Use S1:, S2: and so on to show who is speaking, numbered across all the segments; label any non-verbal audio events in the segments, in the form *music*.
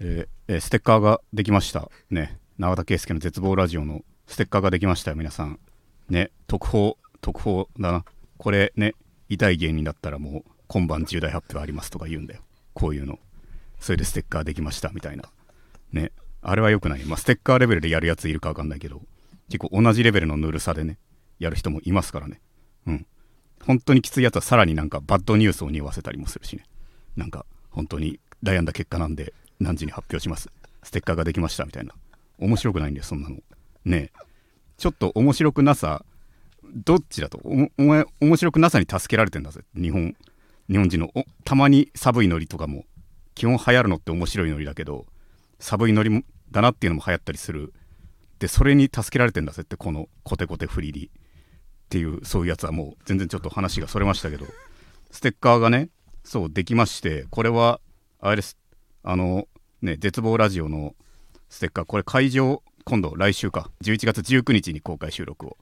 S1: えーえーステッカーができましたね永田圭介の絶望ラジオのステッカーができましたよ皆さんね特報特報だなこれね痛い芸人だったらもう今晩重大発表ありますとか言うんだよこういうのそれでステッカーできましたみたいなねあれは良くない、まあ、ステッカーレベルでやるやついるか分かんないけど結構同じレベルのぬるさでねやる人もいますからねうん本当にきついやつはさらになんかバッドニュースを匂わせたりもするしねなんか本当に悩んだ結果なんで何時に発表しますステッカーができましたみたいな面白くないんだよそんなのねえちょっと面白くなさどっちだとおもお前面白くなさに助けられてんだぜ日本日本人のおたまに寒いノリとかも基本流行るのって面白いノリだけど寒いノリもだなっていうのも流行ったりするでそれに助けられてんだぜってこのコテコテフリリっていうそういうやつはもう全然ちょっと話がそれましたけどステッカーがねそうできましてこれはあれですあのね絶望ラジオのステッカーこれ会場今度来週か11月19日に公開収録を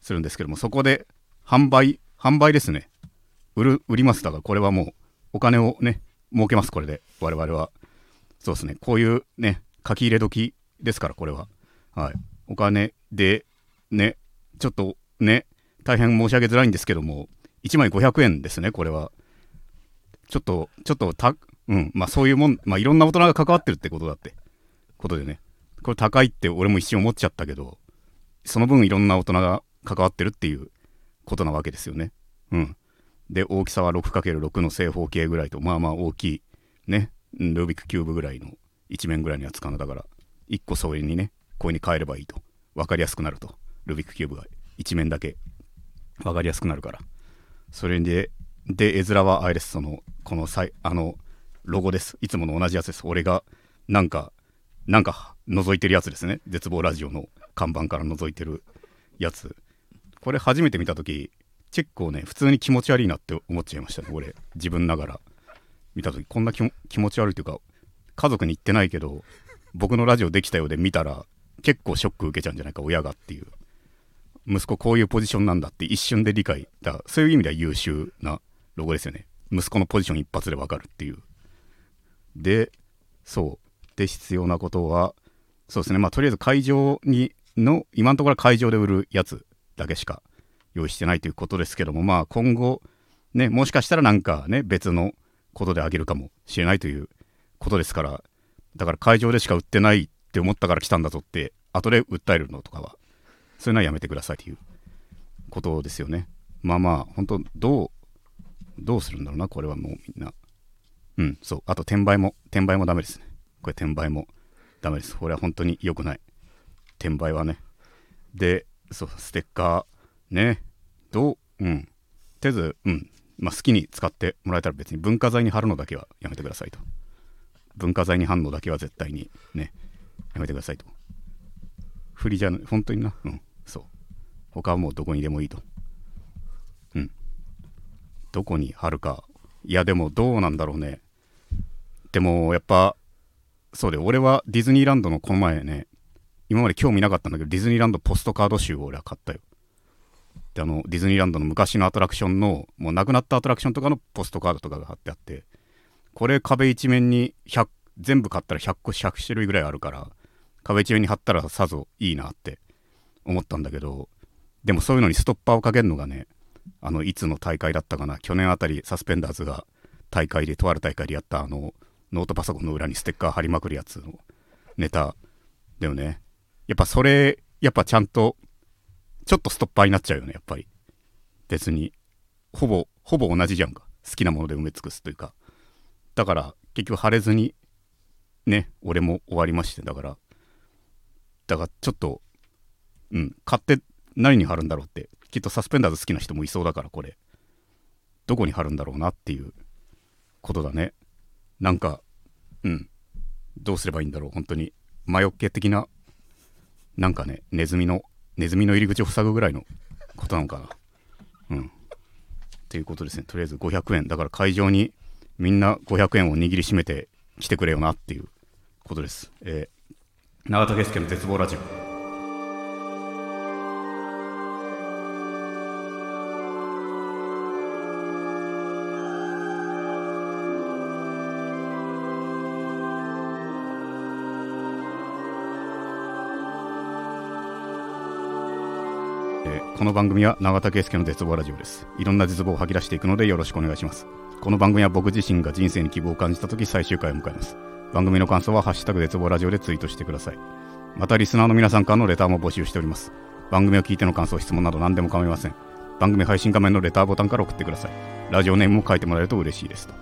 S1: するんですけどもそこで販売販売ですね売る売りますだからこれはもうお金をね儲けますこれで我々はそうですねこういうね書き入れ時ですからこれははいお金でねちょっとね大変申し上げづらいんですけども1枚500円ですねこれはちょっとちょっとたうんまあそういうもんまあいろんな大人が関わってるってことだってことでねこれ高いって俺も一瞬思っちゃったけどその分いろんな大人が関わってるっていうことなわけですよねうんで大きさは 6×6 の正方形ぐらいとまあまあ大きいねうんルービックキューブぐらいの一面ぐらいのやつかなだから1個それにねこれに変えればいいと分かりやすくなるとルービックキューブが一面だけ分かりやすくなるからそれでで絵面はあれですそのこのさいあのロゴですいつもの同じやつです俺がなんかなんか覗いてるやつですね絶望ラジオの看板から覗いてるやつこれ初めて見た時結構ね普通に気持ち悪いなって思っちゃいましたね俺自分ながら見た時こんな気も気持ち悪いというか家族に言ってないけど僕のラジオできたようで見たら結構ショック受けちゃうんじゃないか親がっていう息子こういうポジションなんだって一瞬で理解だからそういう意味では優秀なロゴですよね息子のポジション一発でわかるっていうでそうで必要なことはそうですねまあとりあえず会場にの今のところは会場で売るやつだけしか用意してないということですけどもまあ今後ねもしかしたらなんかね別のことであげるかもしれないということですからだから会場でしか売ってないって思ったから来たんだぞって後で訴えるのとかはそういうのはやめてくださいということですよねまあまあ本当どうどうするんだろうなこれはもうみんなうんそうあと転売も転売もダメですねこれ転売もダメですこれは本当に良くない転売はねでそうステッカーねどううんとりあえず、うんまあ、好きに使ってもらえたら別に文化財に貼るのだけはやめてくださいと文化財に貼るのだけは絶対にねやめてくださいと振りじゃない本当になうんそう他はもうどこにでもいいとうんどこに貼るかいやでもどうなんだろうねでもやっぱそうで俺はディズニーランドのこの前ね今まで興味なかったんだけどディズニーランドポストカード集を俺は買ったよであのディズニーランドの昔のアトラクションのもうなくなったアトラクションとかのポストカードとかが貼ってあってこれ壁一面に100全部買ったら100個100種類ぐらいあるから壁一面に貼ったらさぞいいなって思ったんだけどでもそういうのにストッパーをかけるのがねあのいつの大会だったかな去年あたりサスペンダーズが大会でとある大会でやったあのノートパソコンの裏にステッカー貼りまくるやつのネタだよねやっぱそれやっぱちゃんとちょっとストッパーになっちゃうよねやっぱり別にほぼほぼ同じじゃんか好きなもので埋め尽くすというかだから結局貼れずにね俺も終わりましてだからだからちょっとうん買って何に貼るんだろうってきっとサスペンダーズ好きな人もいそうだからこれどこに貼るんだろうなっていうことだねなんかうんどうすればいいんだろう本当に魔除け的ななんかねネズミのネズミの入り口を塞ぐぐらいのことなのかなうんっていうことですねとりあえず500円だから会場にみんな500円を握りしめて来てくれよなっていうことですえー、永田圭介の絶望ラジオえーこの番組は永田圭介の絶望ラジオですいろんな絶望を吐き出していくのでよろしくお願いしますこの番組は僕自身が人生に希望を感じた時最終回を迎えます番組の感想は「ハッシュタグ絶望ラジオ」でツイートしてくださいまたリスナーの皆さんからのレターも募集しております番組を聞いての感想質問など何でも構いません番組配信画面のレターボタンから送ってくださいラジオネームも書いてもらえると嬉しいですと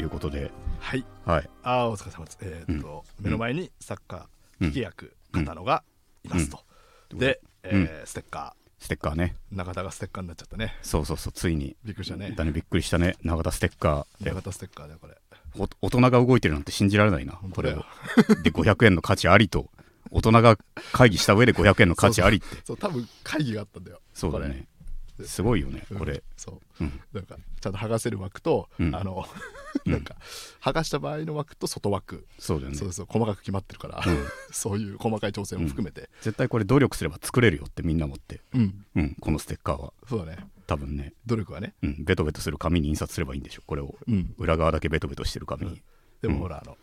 S1: いうことで
S2: はい
S1: はい
S2: あーお疲れ様ですえーっと、目の前にサッカー引き役片野がいますと、で、えーステッカ
S1: ステッカーね
S2: ー中田がステッカーになっちゃったね
S1: そうそうそうついに
S2: びっくりしたね
S1: だねびっくりしたね永田ステッカーで
S2: 中田ステッカーだよこれ
S1: お大人が動いてるなんて信じられないな
S2: 本
S1: こ
S2: 当
S1: れを
S2: だよ
S1: で500円の価値ありと大人が会議した上で500円の価値ありって
S2: そう多分会議があったんだよ
S1: そうだねすごいよね
S2: うん
S1: これ
S2: そう、なんかちゃんと剥がせる枠と、
S1: うん
S2: あの *laughs* なんか剥がした場合の枠と外枠、
S1: そうだよね
S2: そうそう細かく決まってるから、 *laughs* そういう細かい調整も含めて
S1: 絶対これ努力すれば作れるよってみんな思って
S2: うん、
S1: うんこのステッカーは
S2: そうだね
S1: 多分ね
S2: 努力はね
S1: うんベトベトする紙に印刷すればいいんでしょこれを
S2: うん
S1: 裏側だけベトベトしてる紙に
S2: でもほら、あの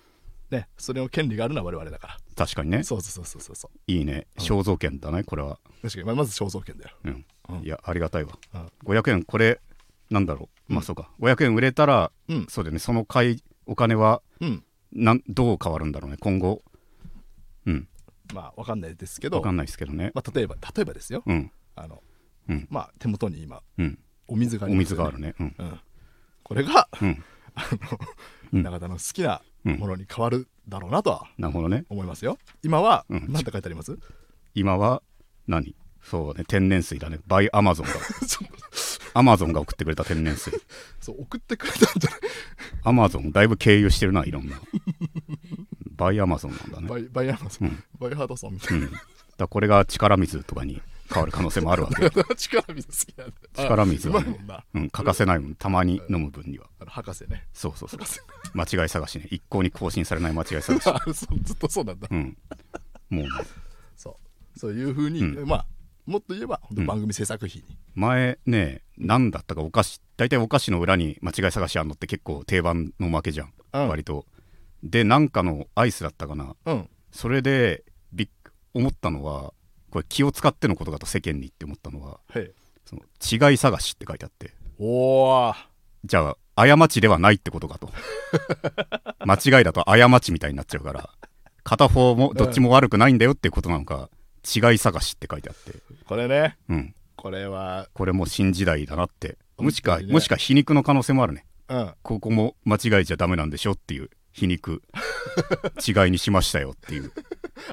S2: ねそれの権利があるのは我々だか
S1: 確かにね
S2: らそうそうそうそうそう
S1: いいね肖像権だねこれは
S2: 確かにまあまず肖像権だよ
S1: うん
S2: うん
S1: いやありがたいわ
S2: うん
S1: 500円これなんだろうまあそうか500円売れたら
S2: うん
S1: そうだよねその買いお金は
S2: うん
S1: なんどう変わるんだろうね今後うん
S2: まあわかんないですけど
S1: 分かんないですけどね
S2: まあ、例えば例えばですよ、
S1: うん
S2: あの
S1: うん
S2: まあ手元に今
S1: うん
S2: お水があ
S1: お
S2: ります
S1: 水が
S2: よね
S1: あるねうん
S2: うん、これが
S1: うん
S2: *laughs* あの、
S1: うん
S2: 中田の好きなものに変わるだろうなとは
S1: なるほどね
S2: 思いますよ。今は、
S1: うん
S2: なんて書いてあります *laughs* ち
S1: 今は何そうね天然水だねバイアマ
S2: *laughs*
S1: ゾンが
S2: ょっと
S1: アマゾンが送ってくれた天然水
S2: そう送ってくれたんじゃない
S1: アマゾンだいぶ経由してるないろんなバイアマゾンなんだね
S2: バイバイアマゾン、
S1: うん
S2: バイハードソンみた
S1: う
S2: い *laughs*
S1: んだからこれが力水とかに変わる可能性もあるわけ
S2: *laughs* な、力水好きなんだ
S1: 力水
S2: う
S1: は
S2: まいも
S1: ね
S2: んな、
S1: うん、欠かせないもんたまに飲む分には
S2: あの博士ね *laughs*
S1: そうそうそう
S2: 博士
S1: 間違い探しね一向に更新されない間違い探し
S2: あそうずっとそうなんだ、
S1: うんもうね
S2: そうそういうふうに、
S1: うん
S2: まあもっと言えば本当
S1: うん
S2: 番組制作費に、
S1: 前ね何だったかお菓子大体お菓子の裏に間違い探しあんのって結構定番の負けじゃん、
S2: うん
S1: 割とでなんかのアイスだったかな
S2: うん、
S1: それでびっ思ったのはこれ気を使ってのことだと世間にって思ったのは
S2: はい
S1: その違い探しって書いてあって
S2: おー
S1: じゃあ過ちではないってこと
S2: *laughs*
S1: かと間違いだと過ちみたいになっちゃうから片方もどっちも悪くないんだよっていうことなのか、違い探しって書いてあって
S2: これね
S1: うん
S2: これは
S1: これもう新時代だなってもし
S2: 本
S1: か
S2: 当にね
S1: もしか皮肉の可能性もあるね
S2: うん
S1: ここも間違いじゃダメなんでしょっていう皮
S2: *laughs*
S1: 肉違いにしましたよっていう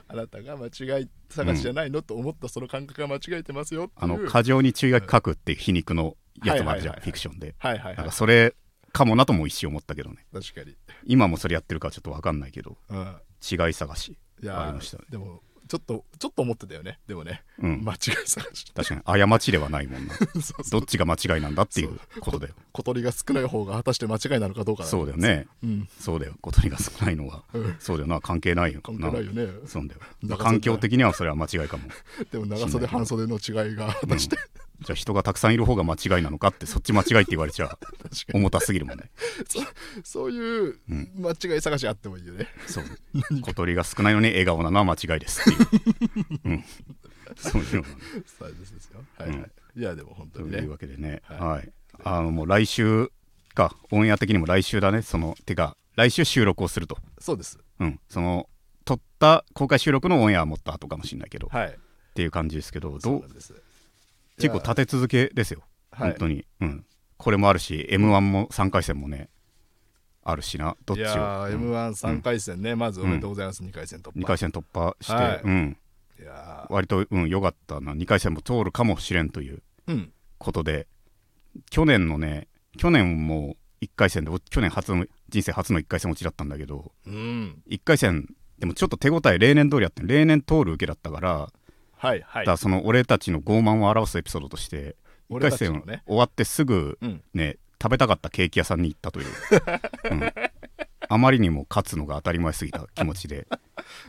S2: あなたが間違い探しじゃないの、と思ったその感覚が間違えてますよっていう
S1: あの過剰に注意書き書くっていう皮肉のやつもあるじゃん
S2: はいはいはいはい
S1: フィクションで
S2: はいはい
S1: な
S2: は
S1: ん
S2: い
S1: かそれかもなとも一瞬思ったけどね
S2: 確かに、
S1: 今もそれやってるかちょっと分かんないけど
S2: うん、
S1: 違い探し
S2: いやー
S1: ありましたね
S2: でもちょっとちょっと思ってたよねでもね、
S1: うん
S2: 間違い探し
S1: 確かに過ちではないもんな
S2: *laughs* そうそ
S1: ど
S2: う
S1: っちが間違いなんだっていうことだよ
S2: 小鳥が少ない方が果たして間違いなのかどうか
S1: そうだよね
S2: うん
S1: そうだよ小鳥が少ないのは
S2: うん
S1: そうだよな関係ないよ
S2: 関係ないよね
S1: そうだよ
S2: だから
S1: 環境的にはそれは間違いか
S2: *laughs*
S1: も
S2: でも長袖半袖の違いが果たして、
S1: じゃあ人がたくさんいる方が間違いなのか
S2: *laughs*
S1: ってそっち間違いって言われちゃ
S2: 確かに
S1: 重たすぎるもんね
S2: そそういう間違い探しあってもいいよね、
S1: そう小鳥が少ないのに笑顔なのは間違いですっていう、
S2: *laughs*
S1: うん、そういうの
S2: そうですよはいはい、いやでも本当
S1: と
S2: に
S1: い
S2: ね
S1: うわけでねは、
S2: はいい
S1: あのもう来週かオンエア的にも来週だねそのてか来週収録をすると
S2: そうです
S1: うんその撮った公開収録のオンエアはもっと後かもしれないけど、っ
S2: はい
S1: ていう感じですけど
S2: そ
S1: ど
S2: う
S1: う
S2: なんです
S1: 結構立て続けですよ
S2: はい
S1: 本当に、うんこれもあるし m 1も3回戦もねあるしなどっ
S2: い
S1: ちを、
S2: やー、
S1: うん
S2: m 1 3回戦ね、まずおめでとうございます、2回戦突破。
S1: 2回戦突破して、
S2: はい
S1: うん、
S2: いやー
S1: 割と、うん、良かったな2回戦も通るかもしれんという
S2: うん、
S1: ことで去年のね去年も1回戦でお去年初の人生初の1回戦落ちだったんだけど
S2: うん、
S1: 1回戦でもちょっと手応え例年通りやって例年通る受けだったから
S2: はいはい
S1: だから。その俺たちの傲慢を表すエピソードとして1
S2: 俺
S1: 回
S2: たちの
S1: 戦
S2: ね、
S1: 終わってすぐ
S2: うん、
S1: ね食べたかったケーキ屋さんに行ったという、うんあまりにも勝つのが当たり前すぎた気持ちで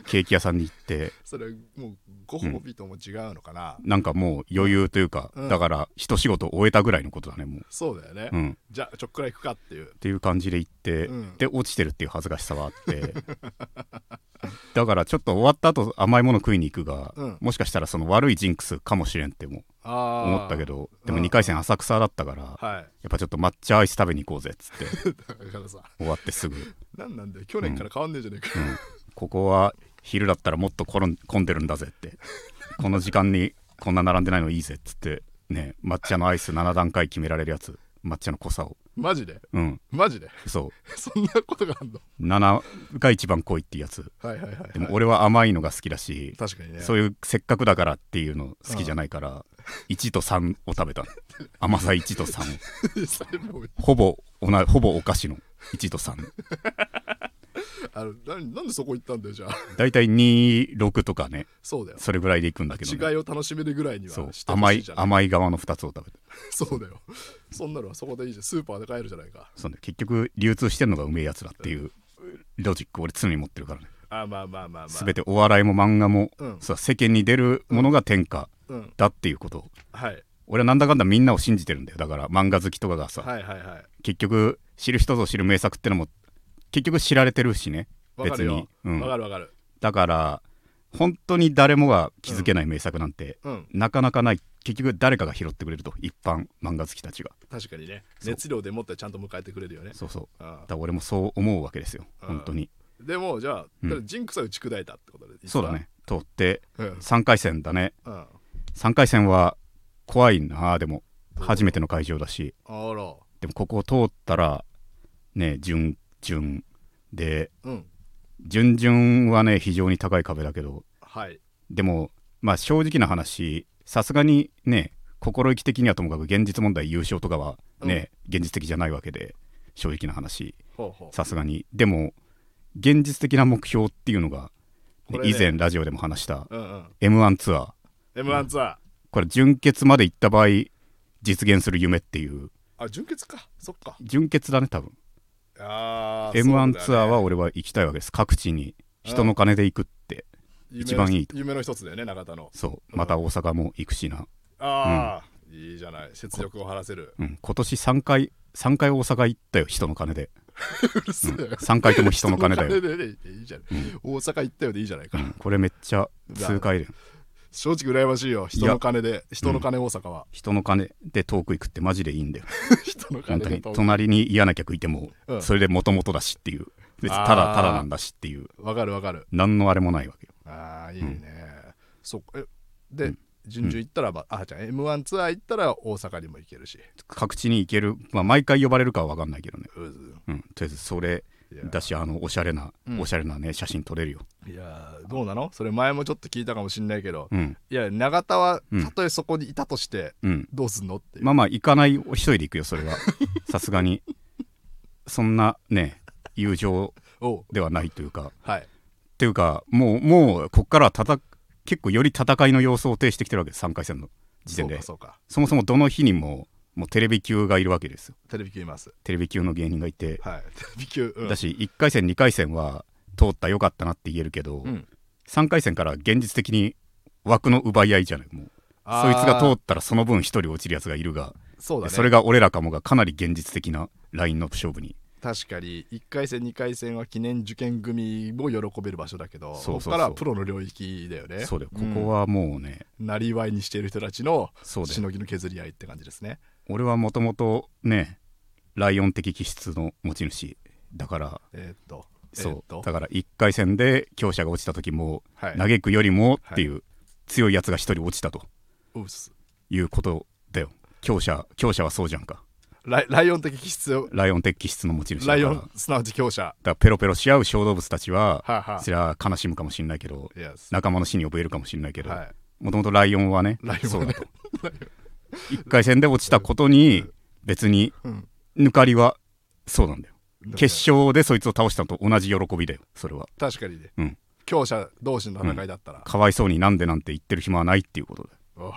S1: ケーキ屋さんに行って
S2: それもうご褒美とも違うのかな、
S1: なんかもう余裕というか、
S2: うん
S1: だから一仕事終えたぐらいのことだねもう、
S2: そうだよね、
S1: うん、
S2: じゃあちょっくらい行くかっていう
S1: っていう感じで行って、
S2: うん
S1: で落ちてるっていう恥ずかしさはあってだからちょっと終わった後甘いもの食いに行くが、
S2: うん
S1: もしかしたらその悪いジンクスかもしれんっても
S2: 思
S1: 思ったけ
S2: ど
S1: ど
S2: ー
S1: でも2回戦浅草だったからや
S2: はい
S1: っぱちょっと抹茶アイス食べに行こうぜっつって
S2: だからさ
S1: 終わってすぐ、うん
S2: なんなんだよ去年から変わんねえじゃねえか、
S1: ここは昼だったらもっと転ん混んでるんだぜっ
S2: *laughs*
S1: てこの時間にこんな並んでないのいいぜっつってね抹茶のアイス7段階決められるやつ抹茶の濃さを
S2: マジで
S1: うん
S2: マジで
S1: そ
S2: そんなことがあんの
S1: う7が一番濃いっていうやつ
S2: はいはいはい、はい、
S1: でも俺は甘いのが好きだし
S2: 確かにね
S1: そういうせっかくだからっていうの好きじゃないから1と3を食べた甘さ1と3を
S2: それもう
S1: ほぼおなほぼお菓子の1と3
S2: あのななんでそこ行ったんだよじゃあ *laughs*
S1: 大体26とかね
S2: そうだよ
S1: それぐらいでいくんだけどね、
S2: 違いを楽しめるぐらいには
S1: そう
S2: してほ
S1: 甘
S2: しい
S1: い
S2: じゃん
S1: 甘い側の2つを食べて
S2: *laughs* そうだよそんなのはそこでいいじゃんスーパーで買えるじゃないか
S1: そうね結局流通してんのがうめえやつだっていうロジック俺常に持ってるからね
S2: あまあまあまあまあ
S1: 全てお笑いも漫画も、
S2: うん
S1: そう世間に出るものが天下
S2: うん
S1: だっていうことを
S2: はい
S1: 俺はなんだかんだみんなを信じてるんだよだから漫画好きとかがさ、
S2: はいはいはい
S1: 結局知る人ぞ知る名作ってのも結局知られてるしね
S2: わか
S1: 別
S2: るよ
S1: に、うん
S2: わかるわかる
S1: だから本当に誰もが気づけない名作なんて、
S2: うん
S1: なかなかない結局誰かが拾ってくれると一般漫画好きたちが
S2: 確かにね
S1: そう
S2: 熱量でもってちゃんと迎えてくれるよね
S1: そうそう
S2: あ
S1: だから俺もそう思うわけですよ
S2: うん
S1: 本当に
S2: あでもじゃあ、
S1: うん
S2: ただジンクスは打ち砕いたってことでいいっすか
S1: そうだね通って
S2: うん
S1: 3回戦だね
S2: うんあ
S1: 3回戦は怖いなでも
S2: うん
S1: 初めての会場だし
S2: ら
S1: でもここを通ったらね準準で
S2: うん
S1: 準々はね非常に高い壁だけど
S2: はい
S1: でも、まあ、正直な話さすがにね心意気的にはともかく現実問題優勝とかはね、現実的じゃないわけで正直な話
S2: ほうほう
S1: さすがにでも現実的な目標っていうのが、ね
S2: これね
S1: 以前ラジオでも話した
S2: うんうん、
S1: m 1ツアー
S2: M1 ツアー、
S1: これ準決まで行った場合実現する夢っていう
S2: あ純潔かそっか
S1: 準決だね多分
S2: あ
S1: m 1ツアーは
S2: は
S1: 俺は行きたいわけです各地に人の金で行くって一番いいと
S2: 夢の一つだよね中田の
S1: そうまた大阪も行くしな、
S2: ああ、いいじゃない節力を晴らせる
S1: うん、今年3回3回大阪行ったよ人の金で
S2: *laughs* うるせえよ
S1: 3回とも人の金
S2: *laughs*
S1: だよ、
S2: 人の金でいいじゃない、大阪行ったよでいいじゃないか、
S1: うんこれめっちゃ痛快連
S2: 正直羨ましいよ人の金で人の金大阪は、
S1: 人の金で遠く行くってマジでいいん
S2: *laughs*
S1: だよ
S2: 人の
S1: 本
S2: 金で
S1: 当に
S2: 東京
S1: 隣に嫌な客いても
S2: うん
S1: それで元々だしっていう別に
S2: あー
S1: ただただなんだしっていう
S2: わかるわかる
S1: 何のあれもないわけよ
S2: ああいいね、そっかえで、順々行ったらば、あじゃあ m 1ツアー行ったら大阪にも行けるし
S1: 各地に行ける、まあ、毎回呼ばれるかは分かんないけどね、
S2: うず
S1: うん、とりあえずそれ
S2: いや
S1: だしあのおしゃれな、
S2: うん
S1: おしゃれなね写真撮れるよ、
S2: いやーどうなのそれ前もちょっと聞いたかもしんないけど、
S1: うん
S2: いや永田は
S1: うん
S2: たとえそこにいたとして
S1: うん、
S2: どうすんのっていう、
S1: まあまあ行かない一人で行くよそれ
S2: *laughs*
S1: はさすがにそんなね友情
S2: おう
S1: ではないというか
S2: はい
S1: っていうかもうもうこっからは戦結構より戦いの様相を呈してきてるわけです3回戦の時点でそ
S2: そうかそうか
S1: もそもどの日にももうテレビ級がいるわけですよ
S2: テレビ級います
S1: テレビ級の芸人がいて、
S2: はい *laughs* テレビ級、うん
S1: だし1回戦2回戦は通ったよかったなって言えるけど、
S2: うん
S1: 3回戦から現実的に枠の奪い合いじゃないもう
S2: あ
S1: そいつ
S2: ー
S1: が通ったらその分1人落ちるやつがいるが
S2: そうだね
S1: それが俺らかもがかなり現実的なラインの勝負に
S2: 確かに1回戦2回戦は記念受験組も喜べる場所だけど
S1: そうそうそう
S2: ここからはプロの領域だよね
S1: そうだよここはもうね、
S2: うんなりわいにしている人たちの
S1: そうだよ
S2: しのぎの削り合いって感じですね
S1: 俺はもともとねライオン的気質の持ち主だから
S2: えーっと
S1: そう、
S2: えーっと
S1: だから1回戦で強者が落ちた時も、
S2: はい
S1: 嘆くよりもっていう強いやつが1人落ちたと
S2: うっす
S1: いうことだよ強者強者はそうじゃんか
S2: ライライオン的気質を
S1: ライオン的気質の持ち主だ
S2: ラ
S1: から
S2: イオ
S1: だか
S2: ンすなわち強者
S1: らペロペロし合う小動物たちは、
S2: はあはあ
S1: そりゃ悲しむかもしれないけど
S2: Yes
S1: 仲間の死に怯えるかもしれないけど
S2: はい
S1: もともとライオンはね
S2: ライオン
S1: そう
S2: は
S1: だ
S2: ね
S1: と1回戦で落ちたことに別に
S2: うん
S1: 抜かりはそうなんだよ
S2: ね
S1: 決勝でそいつを倒したのと同じ喜びだよそれは
S2: 確かにね
S1: うん
S2: 強者同士の戦いだったら、
S1: かわいそうになんでなんて言ってる暇はないっていうことだ
S2: お
S1: な
S2: *laughs*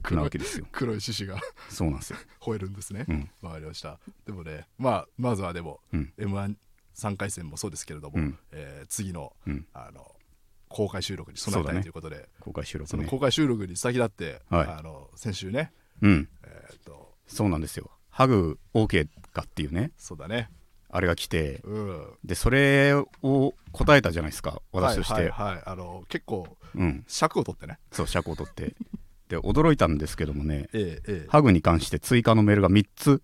S2: 黒
S1: わ
S2: い
S1: けですよ
S2: 黒い獅子が
S1: そうなんですよ
S2: *laughs* 吠えるんですね、
S1: うん
S2: わかりましたでもねまあまずはでも、
S1: うん
S2: m 1 3回戦もそうですけれども、
S1: うん
S2: えー次の,、
S1: うん
S2: あの公開収録に備え
S1: そう
S2: た
S1: だ
S2: い
S1: ね
S2: ということで
S1: 公開収録
S2: その
S1: ね
S2: 公開収録に先立って、
S1: はい
S2: あの先週ね、
S1: うん
S2: えーっと
S1: そうなんですよハグ OK かっていうね
S2: そうだね
S1: あれが来て
S2: うん
S1: でそれを答えたじゃないですか私として、
S2: はいはいはいあの結構
S1: うん
S2: 尺を取ってね
S1: そう尺を取ってって驚いたんですけどもね、
S2: ええええ
S1: ハグに関して追加のメールが3つ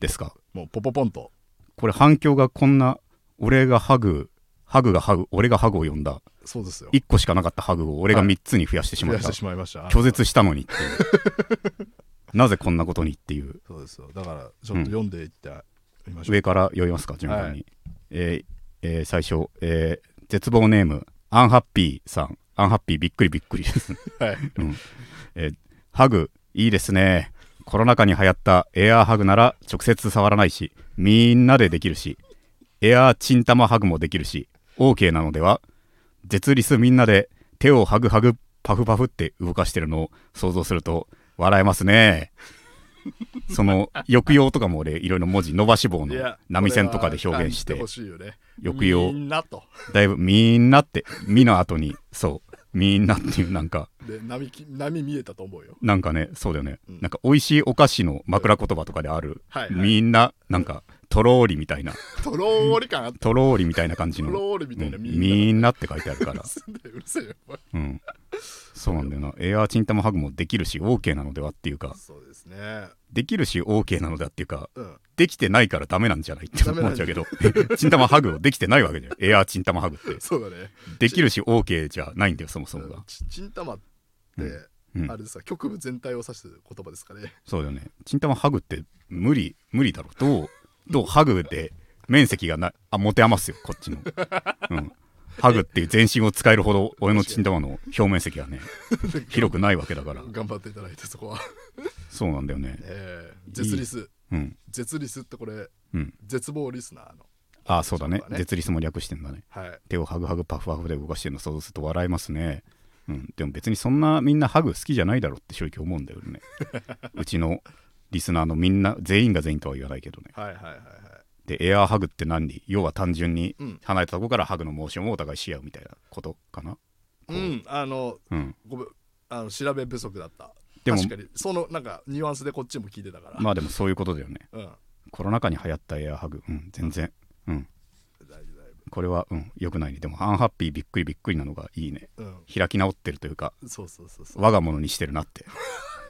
S1: ですか。
S2: もうポポポンと
S1: これ反響がこんな、俺がハグ、ハグがハグ、俺がハグを呼んだ。
S2: そうですよ
S1: 1個しかなかったハグを俺が3つに増やしてし
S2: 増
S1: まっ
S2: やしたて。しまいました
S1: 拒絶したのにっていう。なぜこんなことにっていう。
S2: そうですよだからちょっと読んでいってみましょう、
S1: 上から読みますか順番に、
S2: はい
S1: えーえー最初、えー絶望ネームアンハッピーさんアンハッピーびっくりびっくりです、
S2: はい
S1: うんえーハグいいですねコロナ禍に流行ったエアーハグなら直接触らないしみんなでできるしエアーチンタマハグもできるし OK なのでは絶リスみんなで手をハグハグパフパフって動かしてるのを想像すると笑えますねその抑揚とかも俺いろいろ文字伸ばし棒
S2: いや
S1: の波線とかで表現し
S2: これ
S1: て
S2: は感じほしいよね
S1: 抑揚
S2: みんなと
S1: だいぶみんなって「み」の後にそう「みんな」っていうなんか
S2: で波き波見えたと思うよ *laughs*
S1: なんかねそうだよね、
S2: うん
S1: なんか美味しいお菓子の枕言葉とかである、
S2: はいはい
S1: みんななんかとろーりみたいな
S2: とろーり感あった
S1: とろーりみたいな感じ
S2: *laughs* と
S1: の
S2: ろーりみたいな
S1: うん
S2: みん
S1: みんなって書いてあるから
S2: なすんで *laughs* うるせえよお前
S1: うんそうなんだよなエアーチンタマハグもできるし OK なのではっていうか
S2: そうですね
S1: できるし OK なのだっていうか
S2: うん
S1: できてないからダメなんじゃないって思っちゃうけど *laughs* チンタマハグをできてないわけじゃんエアーチンタマハグっ
S2: *laughs*
S1: て
S2: そうだね
S1: できるし OK じゃないんだよそもそもが
S2: ちちんたまって、
S1: うん
S2: あれさ局部全体を指してる言葉ですかね
S1: そうだよねチンタマハグって無理無理だろどうどうハグで面積がないあ持て余すよこっちの、うん、ハグっていう全身を使えるほど俺のチンタマの表面積がね広くないわけだから
S2: 頑張っていただいて
S1: *laughs*
S2: そこは、
S1: そうなんだよね
S2: えー、絶リス
S1: うん
S2: 絶リスってこれ
S1: うん
S2: 絶望リスナーの
S1: ああそうだね
S2: そうだね
S1: 絶立も略してんだね
S2: はい
S1: 手をハグハグパフパフで動かしてるの想像すると笑えますね、うん、でも別にそんなみんなハグ好きじゃないだろうって正直思うんだよねうちのリスナーのみんな全員が全員とは言わないけどね
S2: はいはいはいはい
S1: でエアーハグって何に要は単純に
S2: うん
S1: 離れたとこからハグのモーションをお互いし合うみたいなことかなう
S2: う
S1: ん
S2: あの
S1: うん
S2: ごめんあの調べ不足だった
S1: でも
S2: 確かにそのなんかニュアンスでこっちも聞いてたから、
S1: まあでもそういうことだよね
S2: うん
S1: コロナ禍に流行ったエアーハグうん全然うん
S2: 大丈夫大丈
S1: これはうん良くないねでもアンハッピーびっくりびっくりなのがいいね
S2: 夫
S1: 開き直ってるというか
S2: うんそうそうそうそう
S1: 我が物にしてるなって
S2: *laughs*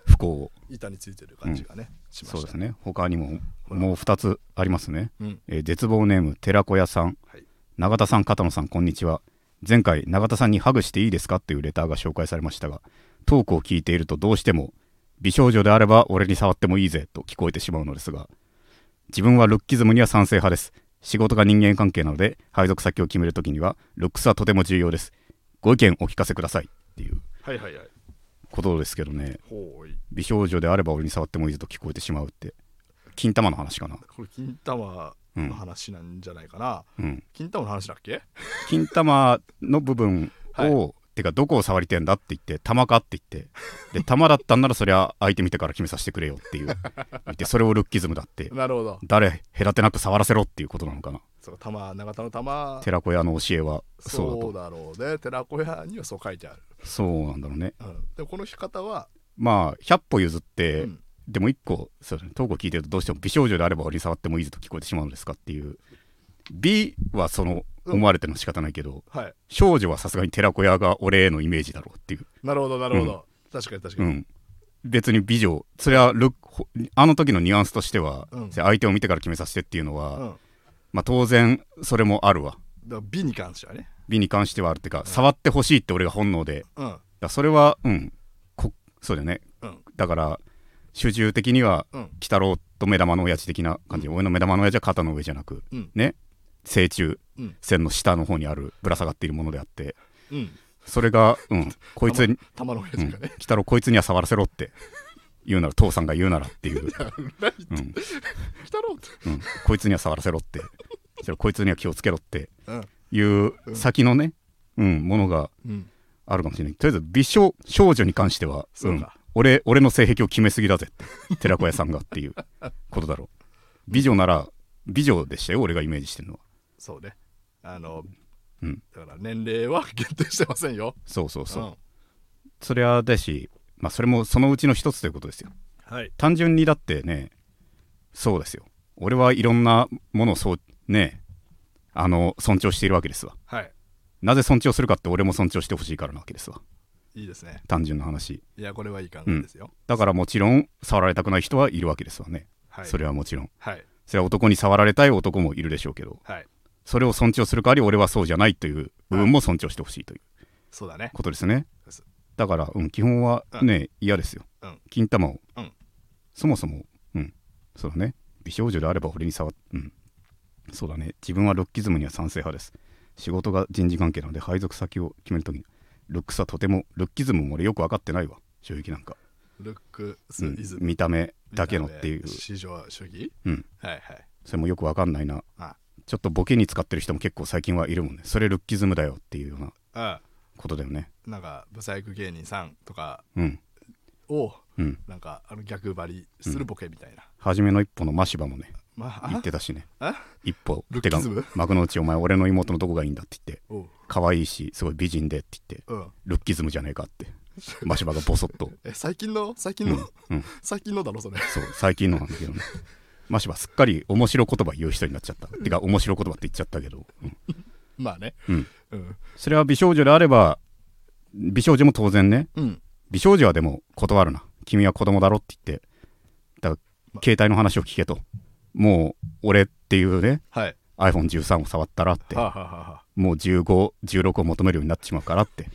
S1: 不幸を
S2: 板についてる感じがね、しました
S1: そうですね他にも
S2: ほら
S1: もう2つありますね
S2: うん
S1: えー絶望ネーム寺子屋さん、
S2: はい
S1: 永田さん片野さんこんにちは前回永田さんにハグしていいですかっていうレターが紹介されましたがトークを聞いているとどうしても美少女であれば俺に触ってもいいぜと聞こえてしまうのですが自分はルッキズムには賛成派です仕事が人間関係なので配属先を決めるときにはルックスはとても重要ですご意見お聞かせくださいっていう
S2: はいはいはい
S1: ことですけどね
S2: ほーい
S1: 美少女であれば俺に触ってもいいぜと聞こえてしまうって金玉の話かな
S2: これ金玉の話なんじゃないかな、
S1: うん
S2: 金玉の話だっけ
S1: 金玉の部分を、
S2: は
S1: てかどこを触りてんだって言って玉かって言ってで玉だったんならそりゃ相手見てから決めさせてくれよっていうでそれをルッキズムだって
S2: なるほど
S1: 誰隔てなく触らせろっていうことなのかな
S2: そう玉長田の玉
S1: 寺子屋の教えはそうだ
S2: そ
S1: と
S2: うだろうね寺子屋にはそう書いてある、
S1: そうなんだろうね
S2: うん、でもこの仕方は、
S1: まあ100歩譲って、
S2: うん
S1: でも1個そうだね投稿聞いてるとどうしても美少女であれば俺に触ってもいいぞと聞こえてしまうんですかっていう B はその
S2: うん
S1: 思われてるの仕方ないけど、
S2: はい
S1: 少女はさすがに寺子屋が俺へのイメージだろうっていう
S2: なるほどなるほど、確かに確か
S1: う
S2: に、
S1: ん、別に美女それはルックほあの時のニュアンスとしては、
S2: うん
S1: 相手を見てから決めさせてっていうのは、
S2: うん
S1: まあ、当然それもあるわ
S2: だから美に関してはね
S1: 美に関してはあるっていうか、触ってほしいって俺が本能でだか
S2: うん
S1: らそれはうんこそうだよね
S2: うん
S1: だから主従的には
S2: うん
S1: 鬼太郎と目玉の親父的な感じ、俺の目玉の親父は肩の上じゃなく、
S2: うん
S1: ね正中
S2: うん
S1: 線の下の方にあるぶら下がっているものであって
S2: うん
S1: それが、
S2: *laughs*
S1: うん、こいつに
S2: 玉の親
S1: う
S2: 父
S1: ん
S2: がね、
S1: 鬼太郎こいつには触らせろって言うなら父さんが言うならっていう、
S2: *laughs* 何言っ
S1: う
S2: て
S1: ん
S2: きたろうって
S1: うん、こいつには触らせろって *laughs* それこいつには気をつけろって
S2: うん
S1: いう先のね、うん、ものが
S2: うん
S1: あるかもしれないとりあえず美少少女に関しては、
S2: そう
S1: うん
S2: か、
S1: 俺俺の性癖を決めすぎだぜって寺子屋さんがっていうことだろう美女なら美女でしたよ俺がイメージしてるのは
S2: そうねあの、
S1: うん
S2: だから年齢は限定してませんよ
S1: そうそうそう、
S2: ん
S1: そりゃだし、まあ、それもそのうちの一つということですよ
S2: はい
S1: 単純にだってねそうですよ俺はいろんなものをそうねあの尊重しているわけですわ
S2: はい
S1: なぜ尊重するかって俺も尊重してほしいからなわけですわ
S2: いいですね
S1: 単純な話
S2: いやこれはいい考えですよ、
S1: だからもちろん触られたくない人はいるわけですわね、
S2: はい
S1: それはもちろん
S2: はい
S1: それは男に触られたい男もいるでしょうけど
S2: はい
S1: それを尊重する代わり俺はそうじゃないという部分も尊重してほしいという
S2: そうだね
S1: ことですね
S2: そう
S1: だから、うん、基本はね嫌ですよ、
S2: うん
S1: 金玉を、
S2: うん
S1: そもそもうんそうだね美少女であれば俺に触っうんそうだね自分はルッキズムには賛成派です仕事が人事関係なので配属先を決めるときにルックスはとてもルッキズムも俺よく分かってないわ正直なんか、
S2: ルックス
S1: う
S2: イ
S1: ん
S2: ズム
S1: 見た目だけのっていう、
S2: 市場主義
S1: うん、
S2: はいはい
S1: それもよく分かんないな
S2: あ
S1: ちょっとボケに使ってる人も結構最近はいるもんねそれルッキズムだよっていうような
S2: あ
S1: ことだよね
S2: なんかブサイク芸人さんとか
S1: うん
S2: を
S1: うん
S2: なんかあの逆張りするボケみたいな、
S1: 初めの一歩のマシバもね
S2: まあ
S1: 言っ
S2: あ
S1: てたしね
S2: あ
S1: 一歩
S2: ルッ
S1: てか
S2: キズム
S1: 幕の内お前俺の妹のどこがいいんだって言って
S2: おう
S1: 可愛いしすごい美人でって言って
S2: うん
S1: ルッキズムじゃねえかってマシバがボソッと
S2: え最近の最近の、
S1: うん
S2: 最近のだろそれ *laughs*
S1: そう最近のなんだけどねマシバすっかり面白言葉言う人になっちゃったてか面白言葉って言っちゃったけど、うん
S2: まあね
S1: うん
S2: うん
S1: それは美少女であれば美少女も当然ね
S2: うん
S1: 美少女はでも断るな君は子供だろって言ってだから携帯の話を聞けともう俺っていうね
S2: はい
S1: iPhone13 を触ったらって
S2: はあ、はあはあはあ、
S1: もう1516を求めるようになってしまうからって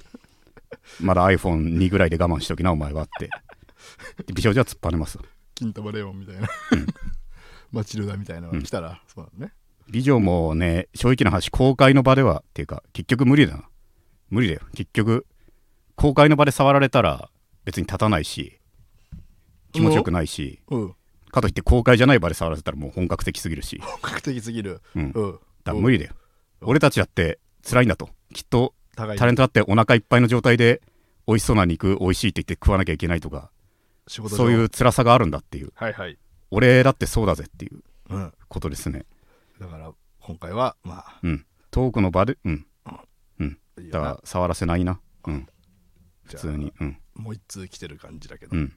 S1: まだ iPhone2 ぐらいで我慢しときなお前はってで美少女は突っぱねます
S2: 金玉レオンみたいな、 *laughs* マチルダみたいなのが来たら、そうだね
S1: 美女もね正直な話公開の場ではっていうか結局無理だな無理だよ結局公開の場で触られたら別に立たないし気持ちよくないし
S2: うん
S1: かといって公開じゃない場で触らせたらもう本格的すぎるし
S2: 本格的すぎる
S1: うん
S2: う
S1: だから
S2: ん
S1: 無理だよ俺たちだって辛いんだときっと
S2: 互い
S1: タレントだってお腹いっぱいの状態で美味しそうな肉美味しいって言って食わなきゃいけないとか
S2: 仕事上
S1: そういう辛さがあるんだっていう
S2: はいはい、
S1: 俺だってそうだぜっていう
S2: うん、
S1: ことですね
S2: だから今回はまあ
S1: うんトークの場でうんうん
S2: いいよ
S1: だか
S2: な
S1: ら触らせないなうん普
S2: じゃあ
S1: 通にうん
S2: もう一通来てる感じだけど、
S1: うん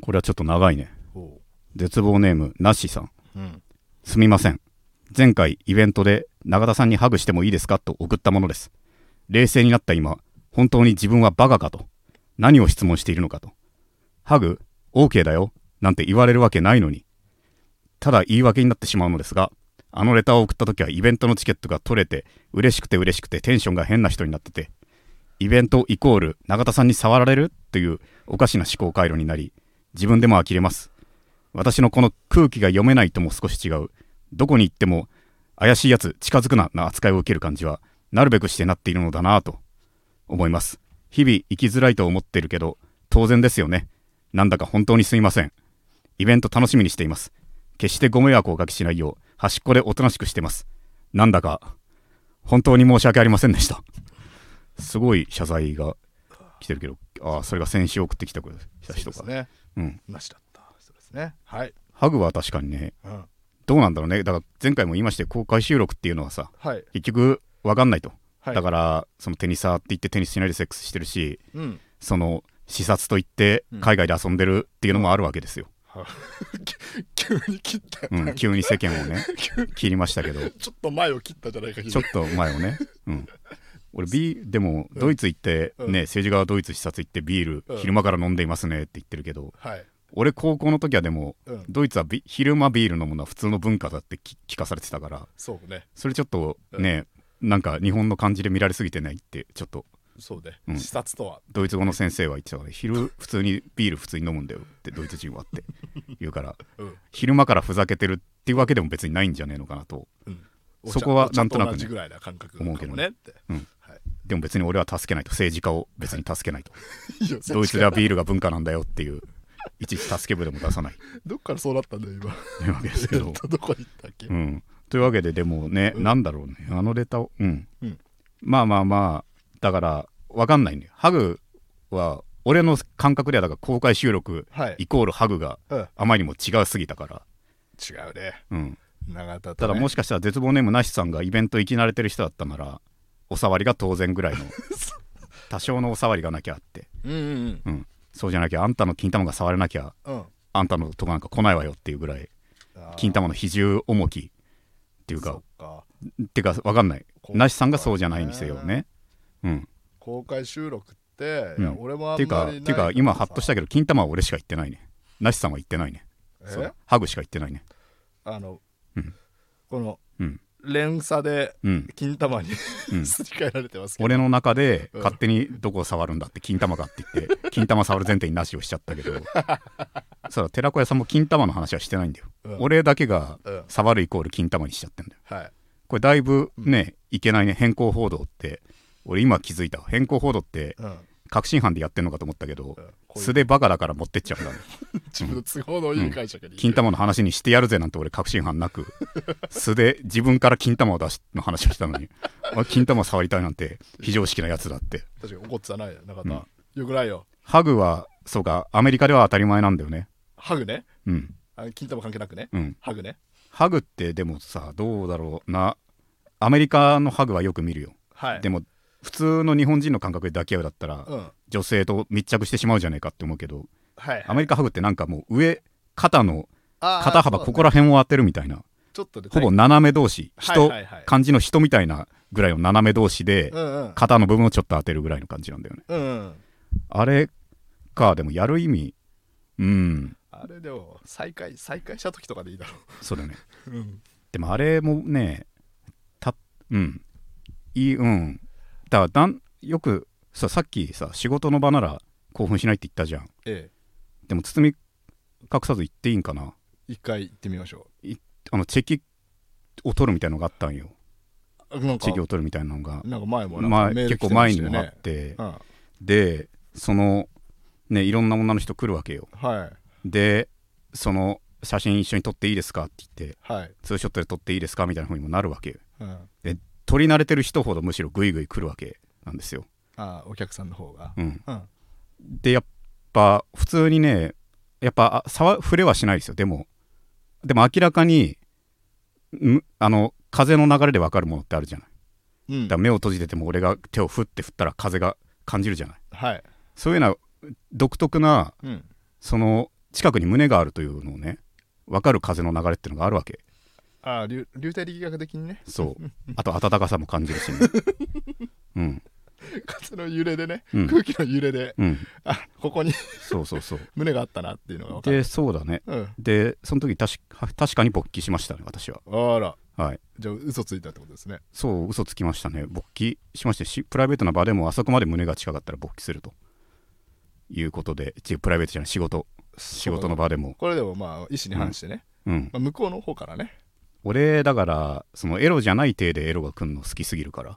S1: これはちょっと長いね
S2: おう
S1: 絶望ネームなしさん
S2: うん
S1: すみません前回イベントで永田さんにハグしてもいいですかと送ったものです冷静になった今本当に自分はバカかと何を質問しているのかとハグ OK だよなんて言われるわけないのにただ言い訳になってしまうのですがあのレターを送った時はイベントのチケットが取れて嬉しくて嬉しくてテンションが変な人になっててイベントイコール永田さんに触られるというおかしな思考回路になり自分でも呆れます私のこの空気が読めないとも少し違うどこに行っても怪しいやつ近づくなな扱いを受ける感じはなるべくしてなっているのだなぁと思います日々生きづらいと思ってるけど当然ですよねなんだか本当にすいませんイベント楽しみにしています決してご迷惑をおかけしないよう端っこでおとなしくしてますなんだか本当に申し訳ありませんでしたすごい謝罪が来てるけどああそれが先週送ってきた
S2: そ
S1: 人
S2: うです
S1: か
S2: ね
S1: うん
S2: なしだったそうですねはい、
S1: ハグは確かにね
S2: うん、
S1: どうなんだろうねだから前回も言いまして公開収録っていうのはさ
S2: はい
S1: 結局分かんないと、
S2: はい
S1: だからそのテニサーって言ってテニスしないでセックスしてるし
S2: うん
S1: その視察と言って
S2: うん
S1: 海外で遊んでるっていうのもあるわけですよ、
S2: は *laughs* 急に切ったよ
S1: うん
S2: なんか
S1: 急に世間をね
S2: *laughs* 急に
S1: 切りましたけど
S2: ちょっと前を切ったじゃないか
S1: ちょっと前をね、うん、俺ビーでもドイツ行って、
S2: うん
S1: ね政治家はドイツ視察行ってビー
S2: うん
S1: ル昼間から飲んでいますねって言ってるけど
S2: はい
S1: 俺高校の時はでも
S2: うん
S1: ドイツはビ昼間ビール飲むのは普通の文化だってき聞かされてたから
S2: そうね
S1: それちょっとね、なんか日本の感じで見られすぎてないってちょっと
S2: そうね、
S1: うん
S2: 視察とは
S1: ドイツ語の先生は言ってたから、ね、昼普通にビール普通に飲むんだよってドイツ人はって言うから
S2: うん
S1: 昼間からふざけてるっていうわけでも別にないんじゃねえのかなと
S2: うんお茶
S1: そこはなんとなくね
S2: お茶同じぐらいな感覚かも
S1: 思うけどね
S2: ねって、
S1: うん
S2: はい、
S1: でも別に俺は助けないと政治家を別に助けないと
S2: いいよ
S1: ドイツではビールが文化なんだよっていういちいち助け部でも出さない
S2: *laughs* どっからそうなったんだよ今
S1: というわけですけ
S2: え
S1: ど
S2: っ、と *laughs* どこ行ったっけ、
S1: うん、というわけででもね、なんだろうねあのレターをうん、
S2: うん
S1: まあまあまあだからわかんないねハグは俺の感覚ではだから公開収録
S2: はい
S1: イコールハグが
S2: うん、違
S1: あまりにも違うすぎたから、
S2: うね
S1: うん、
S2: 長田と、ね、
S1: ただもしかしたら絶望ネームなしさんがイベント行き慣れてる人だったならお触りが当然ぐ
S2: *laughs*
S1: らいの多少のお触りがなきゃって、
S2: うんうん
S1: うん、そうじゃなきゃあんたの金玉が触れなきゃ
S2: うんうん
S1: あんたのとこなんか来ないわよっていうぐらい
S2: あー
S1: 金玉の比重重きっていう
S2: そ
S1: か
S2: っか
S1: っていうか分かんない
S2: こう
S1: なしさんがそうじゃないにせよねうん
S2: 公開収録って、
S1: うん
S2: いや俺もあ
S1: てい
S2: ん
S1: うか
S2: ま
S1: て
S2: り
S1: いうか今ハッとしたけど金玉は俺しか言ってないねなしさんは言ってないね
S2: た
S1: そうハグしか言ってないね
S2: あの、
S1: うん
S2: この
S1: うん
S2: 連鎖で
S1: うん
S2: 金玉に
S1: うん
S2: *laughs* すり替えられてますけど、
S1: 俺の中で
S2: うん
S1: 勝手にどこを触るんだって金玉かって言
S2: *laughs*
S1: って金玉触る前提になしをしちゃったけどそうだ寺子屋さんも金玉の話はしてないんだよ、
S2: うん
S1: 俺だけが
S2: うん
S1: 触るイコール金玉にしちゃってんだよ
S2: はい
S1: これだいぶね、いけないね変更報道って俺今気づいた変更報道って
S2: うん
S1: 確信犯でやってんのかと思ったけど、
S2: うんこういう
S1: 素でバカだから持ってっちゃうん
S2: *laughs*
S1: だね
S2: 自分の都合のいい解釈に、
S1: 金玉の話にしてやるぜなんて俺確信犯なく
S2: *laughs*
S1: 素で自分から金玉を出しの話をしたのにあ金玉触りたいなんて非常識なやつだって
S2: 確かに怒ってたない中田、よくないよ
S1: ハグはそうかアメリカでは当たり前なんだよね
S2: ハグね
S1: うん
S2: あの金玉関係なくね
S1: うん
S2: ハグね
S1: ハグってでもさどうだろうなアメリカのハグはよく見るよ
S2: はい
S1: でも普通の日本人の感覚で抱き合うだったら、
S2: うんはい
S1: 女性と密着してしまうじゃねえかって思うけど
S2: はい
S1: アメリカハグってなんかもう上肩の
S2: あー
S1: 肩幅
S2: そう
S1: ここら辺を当てるみたいな
S2: ちょっとで
S1: ほぼ
S2: はい
S1: 斜め同士
S2: はい
S1: 人
S2: はいはい
S1: 漢字の人みたいなぐらいの斜め同士で
S2: うんうん
S1: 肩の部分をちょっと当てるぐらいの感じなんだよね
S2: うんうん
S1: あれかでもやる意味うん
S2: あれでも再開再開した時とかでいいだろ
S1: そうだね
S2: う、うん、
S1: でもあれもねたうんいいうんだからだんよくささっきさ仕事の場なら興奮しないって言ったじゃん
S2: ええ
S1: でも包み隠さず言っていいんかな
S2: 一回行ってみましょ
S1: あのチェキを取るみたいなのがあったんよ
S2: うなんか
S1: チェキを取るみたいなのが、
S2: なんか前もなん
S1: ま
S2: か
S1: あ、
S2: メー
S1: 結
S2: ル来
S1: 構
S2: てま
S1: 前
S2: し
S1: に
S2: たよ
S1: もあ
S2: ね
S1: っ、て
S2: うん、
S1: でそのねいろんな女の人来るわけよ
S2: はい
S1: でその写真一緒に撮っていいですかって言って
S2: はい、
S1: ツーショットで撮っていいですかみたいな風にもなるわけよ
S2: うん、
S1: で撮り慣れてる人ほどむしろグイグイ来るわけなんですよ、
S2: あーお客さんの方が
S1: うん、
S2: うん、
S1: でやっぱ普通にねやっぱあ触触れはしないですよでもでも明らかにむあの風の流れで分かるものってあるじゃない
S2: うん
S1: だから目を閉じてても俺が手をふって振ったら風が感じるじゃない
S2: はい、
S1: そういうような独特な
S2: うん、
S1: その近くに胸があるというのをね分かる風の流れっていうのがあるわけ
S2: ああ流流体力学的にね *laughs*
S1: そうあと温かさも感じるしねうん
S2: 風の揺れでね、
S1: うん
S2: 空気の揺れで
S1: うん
S2: あここに *laughs*
S1: そうそうそう
S2: 胸があったなっていうのが分かる
S1: でそうだね
S2: うん
S1: でその時確か *laughs* 確かに勃起しましたね私は
S2: あら
S1: はい
S2: じゃあ嘘ついたってことですね
S1: そう嘘つきましたね勃起しましてしプライベートな場でもあそこまで胸が近かったら勃起するということでちプライベートじゃない仕事仕事の場でも
S2: これでもまあ意思に反してね、
S1: うん
S2: まあ、向こうの方からね
S1: 俺だからそのエロじゃない体でエロが来んの好きすぎるから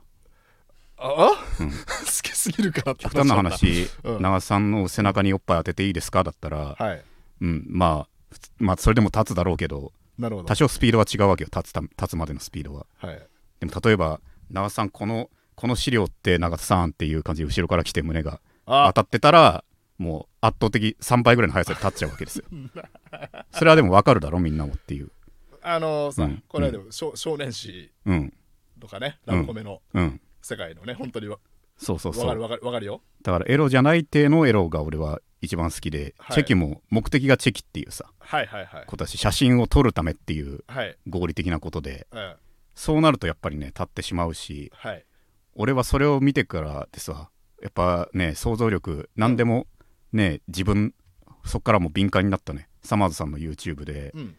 S2: あ、 *laughs*
S1: うん
S2: 好きすぎるからって
S1: 極端な話、
S2: うん
S1: 長瀬さんの背中におっぱい当てていいですかだったら、
S2: はい
S1: うん、まあ普通まあそれでも立つだろうけど
S2: なるほど
S1: 多少スピードは違うわけよ立つた立つまでのスピードは
S2: はい
S1: でも例えば長瀬さんこのこの資料って長瀬さんっていう感じで後ろから来て胸が当
S2: あ
S1: たってたらもう圧倒的3倍ぐらいの速さで立っちゃうわけ
S2: *laughs*
S1: ですよそれはでも分かるだろみんなもっていう
S2: あのさ、
S1: うん
S2: これはでも少少年誌
S1: うん
S2: とかね
S1: うん
S2: ラブコメの
S1: うん
S2: 世界のね本当にわ
S1: そうそう
S2: 分
S1: そ
S2: か
S1: う
S2: る分かる分かるよ
S1: だからエロじゃない体のエロが俺は一番好きで、
S2: はい
S1: チェキも目的がチェキっていうさ
S2: はいはいはい
S1: ことだし写真を撮るためっていう
S2: はい
S1: 合理的なことで
S2: うん
S1: そうなるとやっぱりね立ってしまうし
S2: はい
S1: 俺はそれを見てからでさやっぱね想像力何でもね自分そっからもう敏感になったねサマーズさんの YouTube で
S2: うん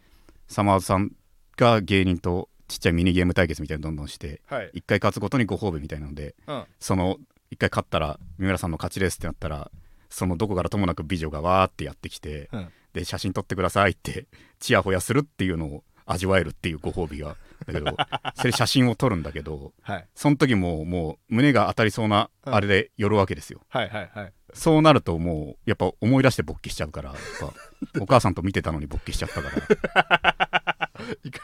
S1: サマーズさんが芸人とちっちゃいミニゲーム対決みたいなのどんどんして
S2: はい
S1: 一回勝つごとにご褒美みたいなので
S2: うん
S1: その一回勝ったら三村さんの勝ちですってなったらそのどこからともなく美女がわーってやってきて
S2: うん
S1: で写真撮ってくださいってちやほやするっていうのを味わえるっていうご褒美がだけどそれ写真を撮るんだけど
S2: はい
S1: その時もうもう胸が当たりそうな
S2: うん
S1: あれで寄るわけですよ、
S2: はいはいはい
S1: そうなるともうやっぱ思い出して勃起しちゃうからやっぱ
S2: *laughs*
S1: お母さんと見てたのに勃起しちゃったから
S2: 一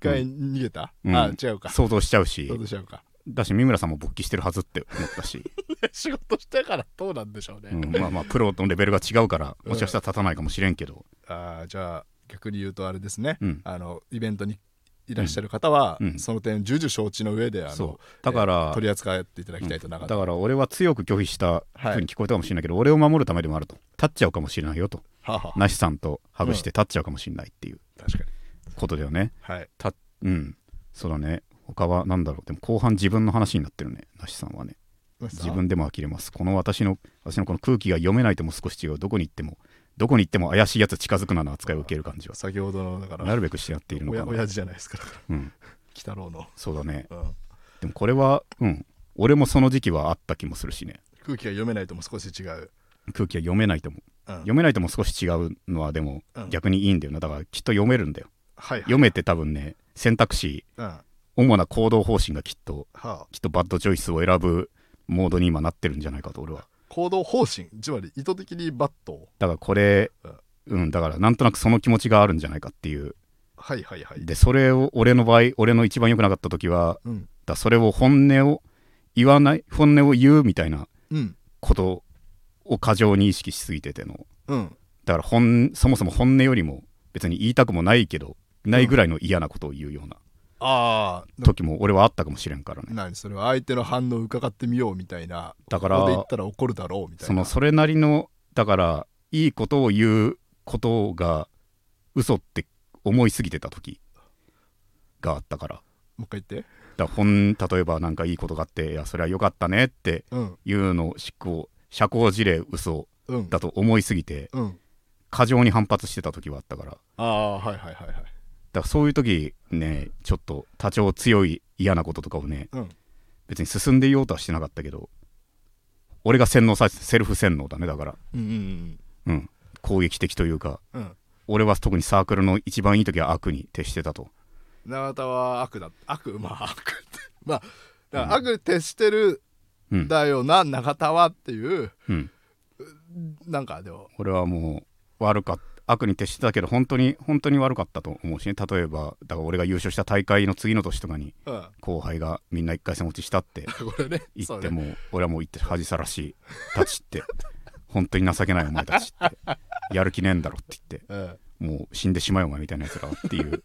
S2: 回逃げた、
S1: うん
S2: あ違うか
S1: 想像しちゃうし
S2: どうでしょうか *laughs*
S1: だし三村さんも勃起してるはずって思ったし、
S2: 仕事してからどうなんでしょうね、
S1: うん、まあまあプロとのレベルが違うからもしかしたら立たないかもしれんけど、
S2: あーじゃあ逆に言うとあれですね、
S1: うん
S2: あのイベントにいらっしゃる方は、
S1: うん
S2: その点重々承知の上であ
S1: そう
S2: の
S1: だから、
S2: 取り扱っていただきたいとな
S1: だ
S2: かっ
S1: か
S2: た、
S1: ら俺は強く拒否したふうに聞こえたかもしれないけど、俺を守るためでもあると立っちゃうかもしれないよと
S2: はあはあ
S1: なしさんとハグして立っちゃうかもしれないっていう
S2: 確かに
S1: ことだよね
S2: はい
S1: たうんそうだね他は何だろうでも後半自分の話になってるねなしさんはね自分でも呆れますこの私の私のこの空気が読めないとも少し違うどこに行ってもどこに行っても怪しいやつ近づくなの扱いを受ける感じは
S2: 先ほどのだから
S1: なるべくしてやっているのか
S2: 親
S1: な
S2: 親父じゃないですかだから
S1: うん、
S2: 鬼太郎の、
S1: そうだね
S2: うん
S1: でもこれはうん俺もその時期はあった気もするしね
S2: 空気が読めないとも少し違う、
S1: 空気は読めないとも
S2: うん
S1: 読めないとも少し違うのはでも
S2: うん
S1: 逆にいいんだよなだからきっと読めるんだよ
S2: はいはい
S1: 読めて多分ね選択肢
S2: うんは
S1: 主な行動方針がきっと
S2: あ、
S1: きっとバッドチョイスを選ぶモードに今なってるんじゃないかと俺は
S2: 行動方針つまり意図的にバットを
S1: だからこれ
S2: うん
S1: うんだからなんとなくその気持ちがあるんじゃないかっていう
S2: はいはいはい
S1: でそれを俺の場合俺の一番良くなかった時は
S2: うん
S1: だからそれを本音を言わない本音を言うみたいな
S2: うん
S1: ことを過剰に意識しすぎてての
S2: うん
S1: だから本そもそも本音よりも別に言いたくもないけどないぐらいの嫌なことを言うような
S2: ああ
S1: 時も俺はあったかもしれんからね
S2: 何それは相手の反応を伺ってみようみたいな
S1: だか
S2: ここで言
S1: ら
S2: ったら怒るだろうみたい
S1: そ
S2: な
S1: のそれなりのだからいいことを言うことが嘘って思いすぎてた時があったから
S2: もう一回言って
S1: だから本例えばなんかいいことがあっていやそれは良かったねって
S2: うん
S1: いうのを執行社交辞令嘘
S2: うん
S1: だと思いすぎて
S2: うん
S1: 過剰に反発してた時はあったからだか
S2: ああはいはいはいはい
S1: らそういう時ねちょっと多少強い嫌なこととかをね
S2: うん
S1: 別に進んでいようとはしてなかったけど俺が洗脳さセルフ洗脳だねだから
S2: うんうん
S1: うん攻撃的というか
S2: うんうん
S1: 俺は特にサークルの一番いい時は悪に徹してたと
S2: 永田は悪だ悪まあ悪ってまあだから悪徹してる
S1: うん、
S2: だよな永田はっていう
S1: うん、
S2: なんかでも
S1: 俺はもう悪かっ悪に徹してたけど本当に本当に悪かったと思うしね例えばだから俺が優勝した大会の次の年とかに
S2: うん
S1: 後輩がみんな一回戦落ちしたって
S2: これね
S1: 言
S2: *laughs* そう
S1: っ
S2: ね
S1: てもう俺はもう言って恥さらしい立ちって *laughs* 本当に情けないお前たちってやる気ねえんだろって言って
S2: うん
S1: もう死んでしまえお前みたいなやつらって
S2: *laughs*
S1: いう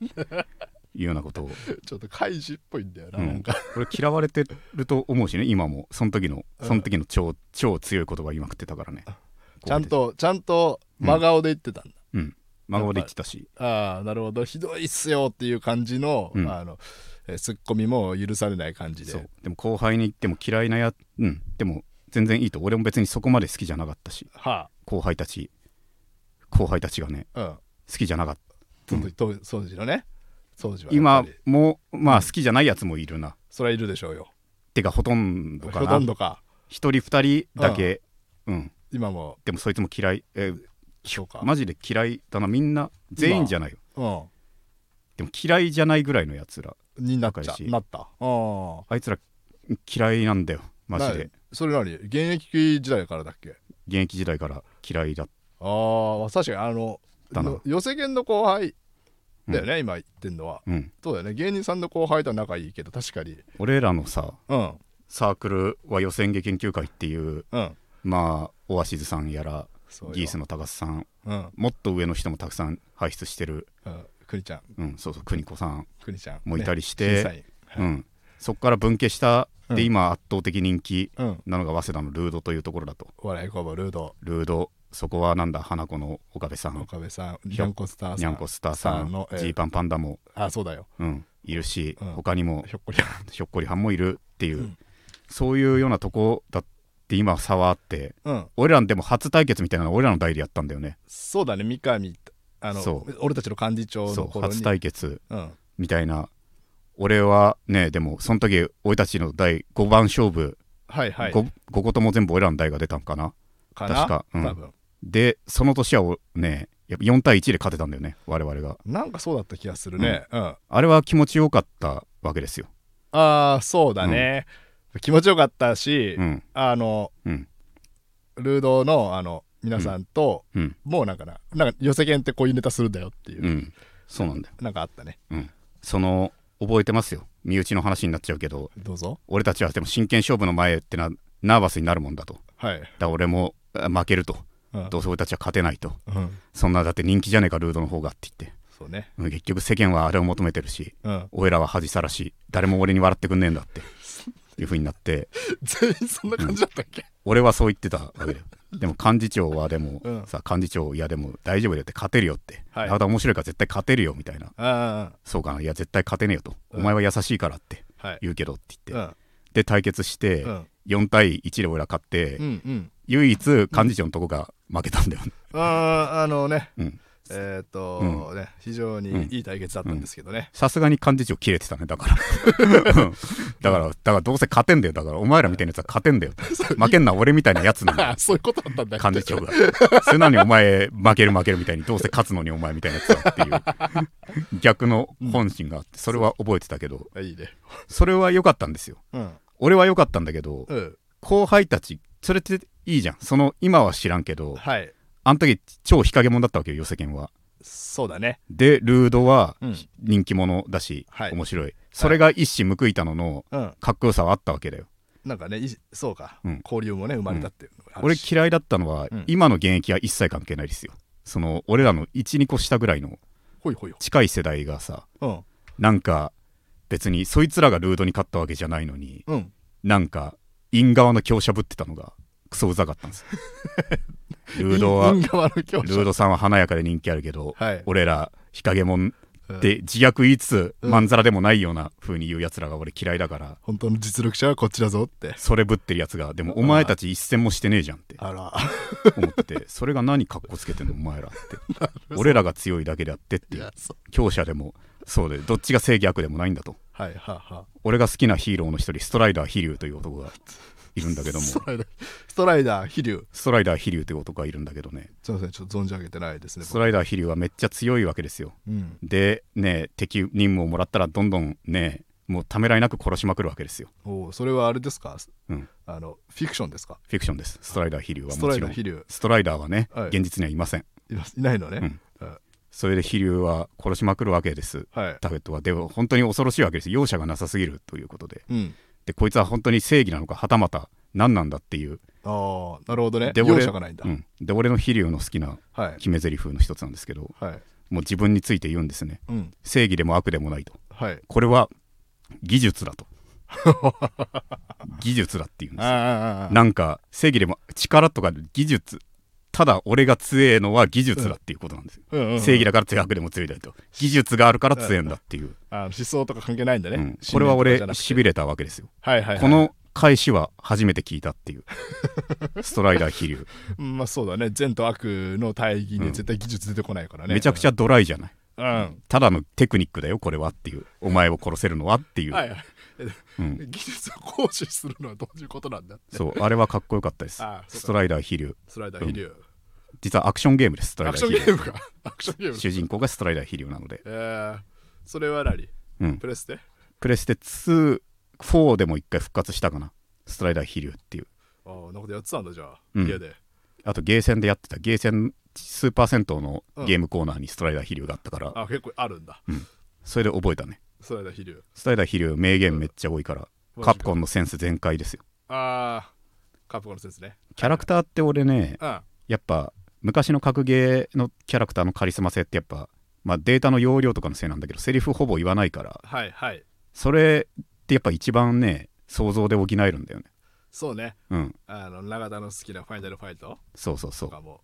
S1: いうようなことを
S2: ちょっと怪獣っぽいんだよな、
S1: う
S2: なん
S1: ん
S2: か、
S1: 俺嫌われてると思うしね今もその時のその時の超超強い言葉言いまくってたからね
S2: ちゃんとちゃんと真顔で言ってたんだ、
S1: うん孫で言ってたし
S2: ああなるほどひどいっすよっていう感じの,、
S1: うん
S2: あのえーツッコミも許されない感じで
S1: そうでも後輩に言っても嫌いなやうんでも全然いいと俺も別にそこまで好きじゃなかったし
S2: は
S1: 後輩たち後輩たちがね
S2: あうん
S1: 好きじゃなかった
S2: 当時当当時のね当時はやっ
S1: 今
S2: ぱり
S1: もまあ好きじゃないやつもいるな
S2: それはいるでしょうよ
S1: てかほとんど
S2: ほ
S1: か
S2: と
S1: なん
S2: どか
S1: 一人二人だけうん
S2: 今も
S1: でもそいつも嫌いえ
S2: そうか、
S1: マジで嫌いだなみんな全員じゃないよ
S2: う
S1: でも嫌いじゃないぐらいのやつら
S2: んになっち
S1: 若
S2: ゃ
S1: いし
S2: なったうん
S1: あいつら嫌いなんだよマジ
S2: な
S1: で
S2: それ何現役時代からだっけ
S1: 現役時代から嫌いだ
S2: ああ確かにあの
S1: だな
S2: の寄せ研の後輩だよね、今言ってんのは
S1: うん
S2: そうだよね芸人さんの後輩とは仲いいけど確かに
S1: 俺らのさ
S2: うん
S1: サークルは予選芸研究会っていう
S2: うん
S1: まあオアシズさんやら
S2: そうよ
S1: ギースの高須さん
S2: うん
S1: もっと上の人もたくさん輩出してる
S2: うん国ちゃん
S1: うんそうそう邦子さん
S2: 国ちゃん
S1: もいたり
S2: し
S1: して、うんそっから分家した
S2: うん
S1: で今圧倒的人気
S2: うん
S1: なのが早稲田のルードというところだと
S2: お笑い工房ルード
S1: ルードそこはなんだ花子の岡部さん
S2: 岡部さん
S1: ひ
S2: ニ
S1: ょ
S2: ャンコスターさん
S1: にゃんこスターさんジ
S2: のえー
S1: ーパンパンダも、
S2: あそうだよ
S1: うん、いるし、
S2: うん
S1: 他にも
S2: ひょっこりはん
S1: ひょっこりはんもいるっていう、
S2: うん
S1: そういうようなとこだって今差はあって
S2: うん
S1: 俺らでも初対決みたいなの俺らの代理やったんだよね
S2: そうだね三上あの
S1: そう
S2: 俺たちの幹事長
S1: そ
S2: の
S1: う
S2: 頃に
S1: 初対決
S2: うん
S1: みたいな俺はねでもその時俺たちの第5番勝負、
S2: はいはい
S1: 5, 5個とも全部俺らの代が出たんかな
S2: かな
S1: 確かうん
S2: 多分
S1: でその年はおねやっぱ4対1で勝てたんだよね我々が
S2: なんかそうだった気がするねうん
S1: あれは気持ちよかったわけですよ
S2: ああそうだね気持ちよかったし
S1: うん
S2: あの
S1: うん
S2: ルードのあの皆さんと
S1: うん
S2: もうなんかななんか寄せ券ってこういうネタするんだよっていう
S1: うんそうなんだよ、
S2: なんかあったね
S1: うん、その覚えてますよ身内の話になっちゃうけど
S2: どうぞ
S1: 俺たちはでも真剣勝負の前ってなナーバスになるもんだとだか
S2: はい
S1: ら俺もあ負けると
S2: うん
S1: どうせ俺たちは勝てないと
S2: うん
S1: そんなだって人気じゃねえかルードの方がって言って
S2: そうね
S1: うん結局世間はあれを求めてるし
S2: うん *laughs*
S1: 俺らは恥さらし誰も俺に笑ってくんねえんだっていう風になって
S2: 全員そんな感じだったっけ
S1: 俺はそう言ってたわけだよでも幹事長はでも、
S2: うん
S1: さ幹事長いやでも大丈夫だよって勝てるよって、
S2: はい
S1: あなた面白いから絶対勝てるよみたいな
S2: あ
S1: そうかないや絶対勝てねえよと、
S2: うん
S1: お前は優しいからって
S2: あはい
S1: 言うけどって言って、
S2: うん
S1: で対決して、
S2: うん
S1: 4対1で俺ら勝って、
S2: うんうん
S1: 唯一幹事長のとこが負けたんだよね、
S2: あーあのね
S1: うん
S2: えっとね非常にいい対決だったんですけどね
S1: さすがに幹事長切れてたねだから
S2: *laughs*
S1: うんだからだからどうせ勝てんだよだからお前らみたいなやつは勝てんだ
S2: *laughs*
S1: よ負けんな俺みたいなやつなんだよ
S2: あ *laughs* そういうことだったんだ
S1: 幹事長が *laughs* それなのにお前負ける負けるみたいにどうせ勝つのにお前みたいなやつだっていう *laughs* 逆の本心があってそれは覚えてたけど
S2: あいいね
S1: それは良かったんですよ
S2: うん
S1: 俺は良かったんだけど
S2: うん
S1: 後輩たちそれっていいじゃんその今は知らんけど
S2: はい
S1: あの時超日陰者だったわけよ寄せ犬は
S2: そうだね
S1: でルードは
S2: うん
S1: 人気者だし、
S2: はい
S1: 面白いそれが一矢報いたのの
S2: うん
S1: かっこよさはあったわけだよ
S2: なんかねいそうか
S1: うん
S2: 交流もね生まれたっていうのがある
S1: 俺
S2: し
S1: 嫌いだったのは、
S2: うん
S1: 今の現役は一切関係ないですよその俺らの12個下ぐらいの
S2: ほいほいほい
S1: 近い世代がさ
S2: うん
S1: なんか別にそいつらがルードに勝ったわけじゃないのに
S2: うん
S1: なんか陰側の強者ぶってたのがクソうざかったんです
S2: *laughs*
S1: ルードは
S2: 因因側の強
S1: ルー
S2: 者
S1: ドさんは華やかで人気あるけど、
S2: はい
S1: 俺ら日陰もん
S2: うん
S1: で自虐言いつつ、
S2: うん
S1: まんざらでもないような風に言うやつらが俺嫌いだから
S2: 本当の実力者はこっちだぞって
S1: それぶってるやつがでもお前たち一戦もしてねえじゃんって
S2: あら
S1: 思っててそれが何かっこつけてんのお前ら
S2: *laughs*
S1: って俺らが強いだけであってって
S2: い
S1: いう
S2: やそう
S1: 強者でもそうでどっちが正義悪でもないんだと
S2: はいはあはあ
S1: 俺が好きなヒーローの一人ストライダー飛竜という男がいるんだけども
S2: ストライダーストライダー飛竜
S1: ストライダー飛竜という男がいるんだけどね
S2: すいませんちょっと存じ上げてないですね
S1: ストライダー飛竜はめっちゃ強いわけですよ
S2: 僕うん
S1: でね敵任務をもらったらどんどんねもうためらいなく殺しまくるわけですよ、
S2: おうそれはあれですか
S1: うん、
S2: あのフィクションですか
S1: フィクションですストライダー飛竜は
S2: スト
S1: も
S2: ラ
S1: ち
S2: イ
S1: ろ
S2: ダ
S1: ん
S2: ー飛竜
S1: ストライダーはね、
S2: はい
S1: 現実にはいません
S2: いますいないのね、うん
S1: それで飛竜は殺しまくるわけです
S2: はい
S1: ターゲットはでも本当に恐ろしいわけです容赦がなさすぎるということで
S2: うん
S1: でこいつは本当に正義なのかはたまた何なんだっていう
S2: ああなるほどね
S1: で
S2: 容
S1: 俺
S2: 赦がないんだ、
S1: うんで俺の飛竜の好きな
S2: はい
S1: 決め台詞の一つなんですけど
S2: はい
S1: もう自分について言うんですね
S2: うん
S1: 正義でも悪でもないと
S2: はい
S1: これは技術だと技術だっていうんです
S2: ああ
S1: なんか正義でも力とか技術ただ俺が強えのは技術だっていうことなんですよ、
S2: うんうんうん
S1: 正義だから強くでも強いだと技術があるから強えんだっていう、
S2: あの思想とか関係ないんだね、
S1: うんこれは俺
S2: 信念とかじゃなくて
S1: しびれたわけですよ、
S2: はいはいはい、
S1: この返しは初めて聞いた
S2: *laughs*
S1: っていうストライダー飛竜、
S2: うんまあそうだね善と悪の大義で絶対技術出てこないからね、
S1: めちゃくち
S2: ゃ
S1: ゃドライじゃない
S2: うん、うん
S1: ただのテクニックだよこれはっていうお前を殺せるのはっていう、
S2: はいはい、
S1: うん
S2: 技術を行使するのはどういうことなんだって
S1: そうあれはかっこよかったです
S2: ああそうか
S1: ストライダー飛竜
S2: スライダー飛竜、
S1: 実はアクションゲームですストライ
S2: アク
S1: ダ
S2: シ
S1: ー
S2: ョン
S1: 飛
S2: ゲ
S1: 竜
S2: ームかアクションゲーム
S1: 主人公がストライダー飛竜なので、
S2: えー、それは何
S1: うん、
S2: プレステ
S1: プレステ24でも一回復活したかなストライダー飛竜っていう
S2: ああなんかやってたんだじゃあ、
S1: うん
S2: 家で
S1: あとゲーセンでやってたゲーセンスーパー銭湯のゲームコーナーにストライダー飛竜があったから、
S2: あ結構あるんだ、
S1: それで覚えたね
S2: ストライダー飛竜
S1: ストライダー飛竜名言めっちゃ多いから、
S2: うん
S1: カプコンのセンス全開ですよ
S2: ああカプコンの先生ね
S1: キャラクターって俺ね
S2: うん
S1: やっぱ昔の格ゲーのキャラクターのカリスマ性ってやっぱ、まあ、データの容量とかのせいなんだけどセリフほぼ言わないから
S2: はいはい
S1: それってやっぱ一番ね想像で補えるんだよね
S2: そうね
S1: うん
S2: あの永田の好きなファイナルファイト
S1: そうそうそ
S2: と
S1: う
S2: かも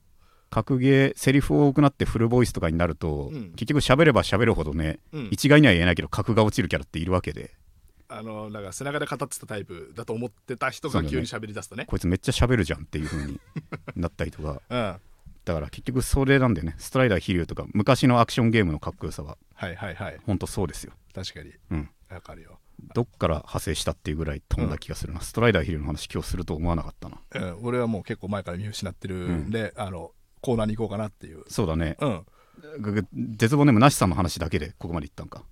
S1: 格ゲーセリフ多くなってフルボイスとかになると、
S2: うん
S1: 結局喋れば喋るほどね、
S2: うん
S1: 一概には言えないけど格が落ちるキャラっているわけで
S2: あのなんか背中で語ってたタイプだと思ってた人
S1: そう
S2: が
S1: だね
S2: 急に喋り出すとね
S1: こいつめっちゃ喋るじゃんっていう風になったりとか *laughs*
S2: うんは
S1: だから結局それなんだよねストライダー飛竜とか昔のアクションゲームのかっこよさはい
S2: はいはい
S1: ほんとそうですよ
S2: 確かに
S1: うん
S2: わかるよ、
S1: どっから派生したっていうぐらい飛んだ気がするな、ストライダー飛竜の話今日すると思わなかったな
S2: うん、俺はもう結構前から見失ってるんで、あのコーナーに行こうかなっていう
S1: そうだね
S2: うん
S1: ぐぐ絶望ネームなしさんの話だけでここまでいったんか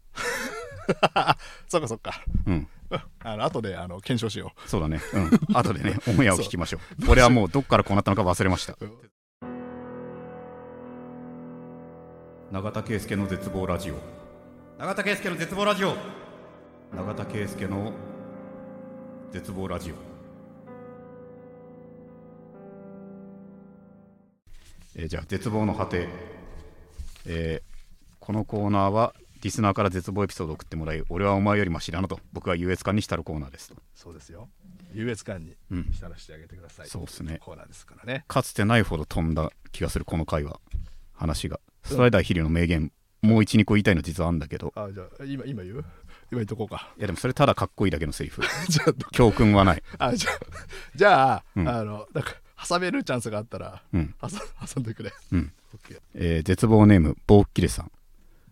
S2: そっかそっか
S1: うん
S2: うんあの後であの検証しよ
S1: そうだねうん *laughs* 後でねオンエアを聞きましょう俺はもうどっからこうなったのか忘れました
S2: う、
S1: 永田圭介の絶望ラジオ永田圭介の絶望ラジオ永田圭介の絶望ラジオえーじゃあ絶望の果て、えーこのコーナーはリスナーから絶望エピソードを送ってもらい俺はお前よりマシだなと僕は優越感に浸るコーナーですと
S2: そうですよ優越感に
S1: うん
S2: 浸らしてあげてください、
S1: そうですね
S2: コーナーですからね
S1: かつてないほど飛んだ気がするこの回は話がストライダー飛竜の名言もう12個言いたいの実はあるんだけど
S2: あじゃあ今今言う今言っとこうか
S1: いやでもそれただかっこいいだけのセリフ
S2: じゃあ
S1: 教訓はない
S2: あじゃあ *laughs* じゃあ,、
S1: うん
S2: あのなんか挟めるチャンスがあったら、
S1: うん
S2: 挟挟んでくれ、
S1: うん
S2: オッケー
S1: えー絶望ネームボーッキレさん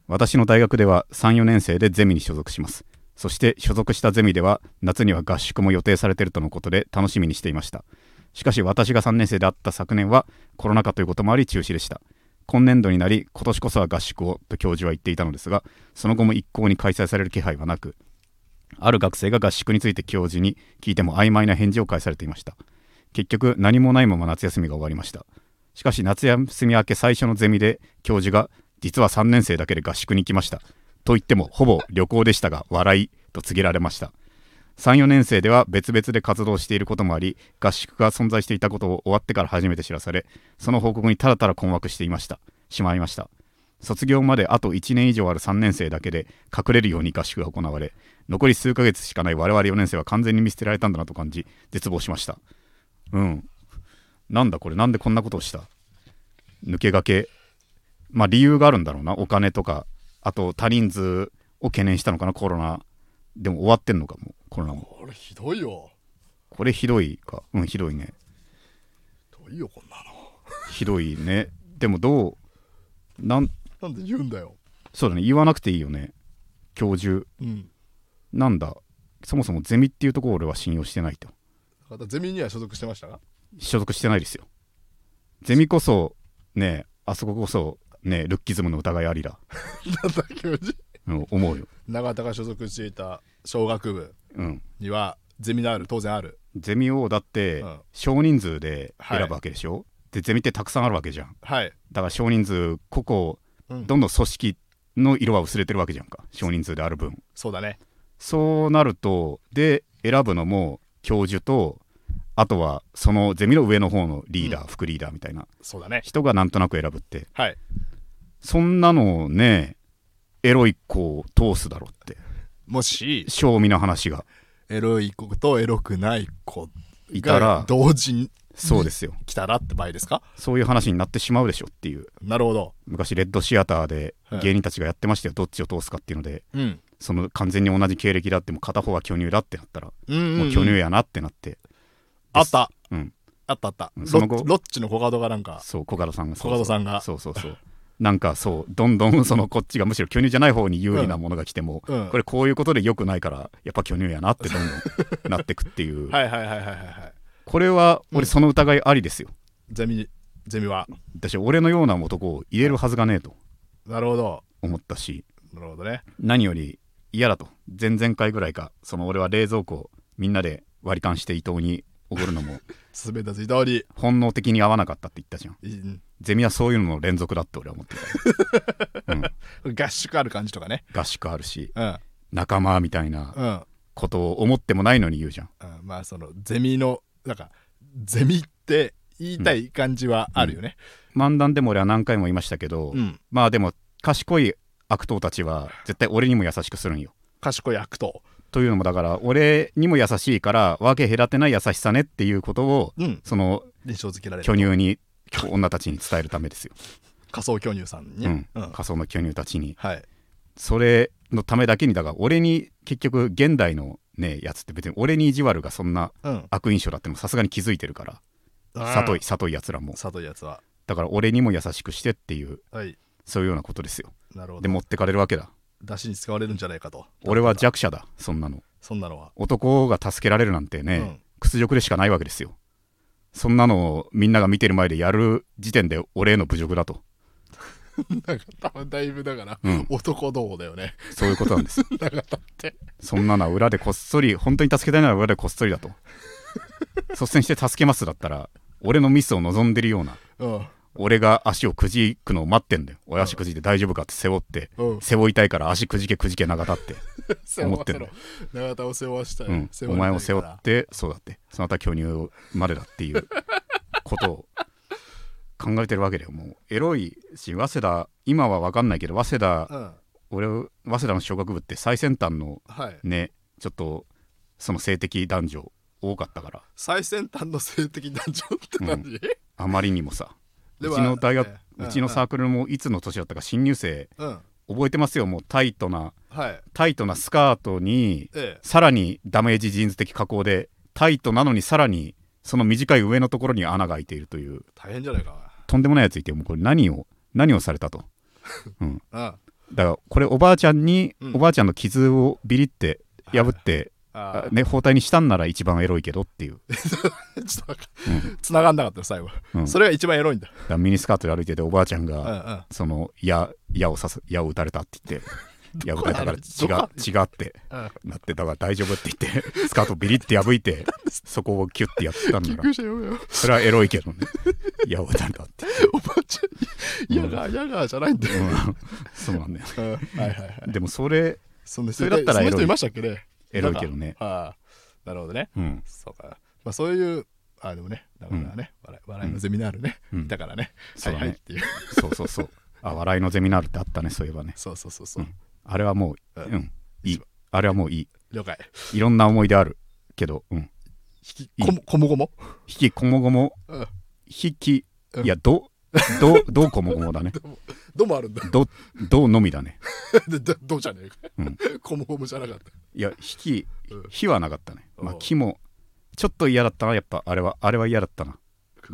S1: 私の大学では34年生でゼミに所属しますそして所属したゼミでは夏には合宿も予定されているとのことで楽しみにしていましたしかし私が3年生であった昨年はコロナ禍ということもあり中止でした今年度になり今年こそは合宿をと教授は言っていたのですがその後も一向に開催される気配はなくある学生が合宿について教授に聞いても曖昧な返事を返されていました結局何もないまま夏休みが終わりましたしかし夏休み明け最初のゼミで教授が実は3年生だけで合宿に行きましたと言ってもほぼ旅行でしたが笑いと告げられました34年生では別々で活動していることもあり合宿が存在していたことを終わってから初めて知らされその報告にただただ困惑していましたしまいました卒業まであと1年以上ある3年生だけで隠れるように合宿が行われ残り数ヶ月しかない我々4年生は完全に見捨てられたんだなと感じ絶望しましたうんなんだこれなんでこんなことをした抜け駆けまあ理由があるんだろうなお金とかあと多人数を懸念したのかなコロナでも終わってんのかもうコロナも
S2: これひどいよ
S1: これひどいかうんひどいね
S2: ひどいよこんなの
S1: ひどいねでもどうなん
S2: なんで言うんだよ
S1: そうだね言わなくていいよね教授
S2: うん
S1: なんだそもそもゼミっていうところを俺は信用してないと
S2: またゼミには所属してま *laughs* したが
S1: 所属してないですよゼミこそねあそここそねルッキズムの疑いありだ、
S2: なんだ教授
S1: うん、思うよ
S2: 永田が所属していた小学部
S1: うん
S2: にはゼミのある当然ある
S1: ゼミをだって
S2: うん
S1: 少人数で選ぶわけでしょ、でゼミってたくさんあるわけじゃん
S2: はい、
S1: だから少人数個
S2: うん
S1: 々どんどん組織の色は薄れてるわけじゃんか少人数である分
S2: そうだね
S1: そうなるとで選ぶのも教授とあとはそのゼミの上の方のリーダー、副リーダーみたいな
S2: そうだね
S1: 人がなんとなく選ぶって
S2: はい
S1: そんなのをねエロい子を通すだろって
S2: もし
S1: 賞味の話が
S2: エロい子とエロくない子
S1: いた
S2: が
S1: ら
S2: 同時に
S1: そうですよ
S2: 来たらって場合ですか
S1: そういう話になってしまうでしょっていう
S2: なるほど
S1: 昔レッドシアターで
S2: はい
S1: 芸人たちがやってましたよ、どっちを通すかっていうので
S2: うん
S1: その完全に同じ経歴だってもう片方は巨乳だってなったら、
S2: うんうん、
S1: もう巨乳やなってなって
S2: あった
S1: うん
S2: あったあった
S1: う
S2: ロ
S1: んその後
S2: ッロッチのコカドがなんか
S1: そう小柄さんが
S2: コカドさんが
S1: そうそうそうなんかそうどんどんそのこっちがむしろ巨乳じゃない方に有利なものが来ても、
S2: うんうん
S1: これこういうことで良くないからやっぱ巨乳やなってどんどんなってくっていう、
S2: はいはいはいはいはいはい
S1: これは俺その疑いありですよ、
S2: ゼミゼミは
S1: 私俺のような男を入れるはずがねえと
S2: なるほど
S1: 思ったし
S2: なるほどね
S1: 何より嫌だと前々回ぐらいかその俺は冷蔵庫をみんなで割り勘して伊藤におごるの
S2: *laughs*
S1: も
S2: 進めたず通り
S1: 本能的に合わなかったって言ったじゃん
S2: うん
S1: ゼミはそういうのの連続だって俺は思って
S2: *laughs*
S1: た、うん、
S2: 合宿ある感じとかね
S1: 合宿あるし
S2: うん
S1: 仲間みたいな
S2: うん、うん、
S1: ことを思ってもないのに言うじゃん
S2: まあそのゼミのなんかゼミって言いたい感じはあるよね
S1: 漫談でも俺は何回も言いましたけど、
S2: うん、
S1: まあでも賢い悪党たちは絶対俺にも優しくするんよ
S2: 賢い悪党
S1: というのもだから俺にも優しいから分け隔てない優しさねっていうことを
S2: うん
S1: その
S2: 印象付けられ
S1: 巨
S2: る
S1: 乳に女たちに伝えるためですよ
S2: 仮想巨乳さんに、
S1: うん
S2: うん
S1: 仮想の巨乳たちに
S2: はい
S1: それのためだけにだから俺に結局現代のねやつって別に俺に意地悪がそんな
S2: うん
S1: 悪印象だってのさすがに気づいてるから里い里いやつらも
S2: 里いやつは
S1: だから俺にも優しくしてっていう
S2: はい
S1: そういうようなことですよ
S2: なるほ
S1: で
S2: ど
S1: 持ってかれるわけだ
S2: 出汁に使われるんじゃないかと
S1: 俺は弱者だそんなの
S2: そんな
S1: *laughs*
S2: のは
S1: 男が助けられるなんてね、
S2: うん
S1: 屈辱でしかないわけですよそんなのをみんなが見てる前でやる時点で俺への侮辱だと
S2: なんか多分だいぶだから、
S1: うん
S2: 男どうだよね
S1: そういうことなんです
S2: *laughs* だからだって
S1: そんなのは裏でこっそり本当に助けたいなら裏でこっそりだと率先して助けますだったら俺のミスを望んでるような
S2: うん
S1: 俺が足をくじくのを待ってんだよ俺足くじいて大丈夫かって背負って、
S2: うん
S1: 背負いたいから足くじけくじけ長田って
S2: 背
S1: 思
S2: 負
S1: っ
S2: わ
S1: て
S2: せ
S1: んだ
S2: ろ
S1: よ
S2: 永田を背負わしたい、
S1: うん、
S2: *laughs* 背
S1: お
S2: 負わ
S1: 前
S2: れ
S1: を
S2: たい
S1: 背
S2: か
S1: 負
S2: ら
S1: ってそうだってその後は巨乳までだっていうことを考えてるわけだよもうエロいし早稲田今は分かんないけど早稲田
S2: うん
S1: 俺早稲田の小学部って最先端の
S2: はい
S1: ねちょっとその性的男女多かったから
S2: 最先端の性的男女って何、
S1: あまりにもさう
S2: *laughs* では
S1: ちの大学
S2: ええ
S1: うちのサークルもいつの年だったか新入生
S2: うん
S1: 覚えてますよもうタイトな
S2: はい
S1: タイトなスカートに
S2: ええ
S1: さらにダメージジーンズ的加工でタイトなのにさらにその短い上のところに穴が開いているという
S2: 大変じゃないか
S1: とんでもないやついてもうこれ何を何をされた
S2: *laughs*
S1: と
S2: な
S1: だからこれおばあちゃんに、
S2: うん
S1: おばあちゃんの傷をビリって破って、
S2: うんあ
S1: あ
S2: あ
S1: ね、包帯にしたんなら一番エロいけどっていう、
S2: *laughs* ちょっとつながんなかったよ最後、
S1: うん
S2: それが一番エロいんだ、
S1: だからミニスカートで歩いてておばあちゃんが、
S2: うんうん、
S1: その矢矢を刺す矢を撃たれたって言って
S2: *laughs*
S1: 矢を撃たれたから血
S2: どこ
S1: が血があって
S2: うん
S1: なってだから大丈夫って言って
S2: *laughs*
S1: スカートビリって破いてそこをキュッてやったんだから
S2: 救急車呼べよ *laughs*
S1: それはエロいけどね矢を撃たれたって、
S2: おばあちゃんやがやがじゃないんだよ、
S1: うん、そうなんだよね
S2: うんはいはいはい
S1: でもそれ
S2: そんな
S1: それだったらエロい
S2: そんな人いましたっけね
S1: エロいけどね
S2: なんかああなるほどね
S1: うん
S2: そうかまあそういうああでもねだからね、笑い笑いのゼミナールね、
S1: うん
S2: だからね、
S1: そうだね
S2: はいはいっていう
S1: そうそうそうあ笑いのゼミナールってあったねそういえばね
S2: そうそうそうそう、
S1: うんあれはもう、
S2: う
S1: うんん、いい。あれはもういい。
S2: 了解
S1: いろんな思い出あるけど、うん。
S2: 引きこもこもごも
S1: 引きこもごも、
S2: うん
S1: 引き、
S2: うん
S1: いや、ど、ど、どうこもごもだね。
S2: どうもあるんだ *laughs*
S1: ど、どうのみだね。
S2: でどどうじゃねえか、こもこもじゃなかった
S1: いや、引き
S2: うん、
S1: 火はなかったね。まあ、
S2: おう
S1: 木も、ちょっと嫌だったな、やっぱ、あれは、あれは嫌だったな。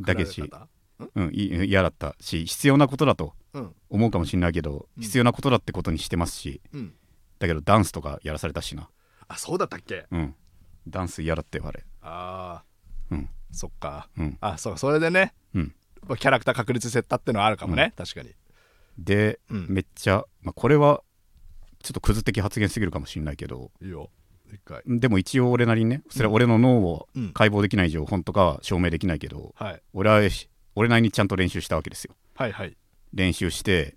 S1: だけし
S2: くくられ方
S1: うん、い嫌だったし、必要なことだと
S2: うん
S1: 思うかもしれないけど、
S2: うん
S1: 必要なことだってことにしてますし、
S2: うん
S1: だけど、ダンスとかやらされたしな。
S2: あそうだったっけ
S1: うん。ダンス嫌だってよ、あれ。
S2: あ
S1: う
S2: あ
S1: ん、
S2: そっか
S1: うん。
S2: あそうそれでね
S1: うん。
S2: まあキャラクター確立セッタってのはあるかもね、確かに
S1: で、
S2: うん
S1: めっちゃ、まあ、これはちょっとクズ的発言すぎるかもしれないけど
S2: いいよ一回
S1: でも一応俺なりにねそれは俺の脳を
S2: うん
S1: 解剖できない以上本とかは証明できないけど
S2: はい
S1: 俺は俺なりにちゃんと練習したわけですよ
S2: はいはい
S1: 練習して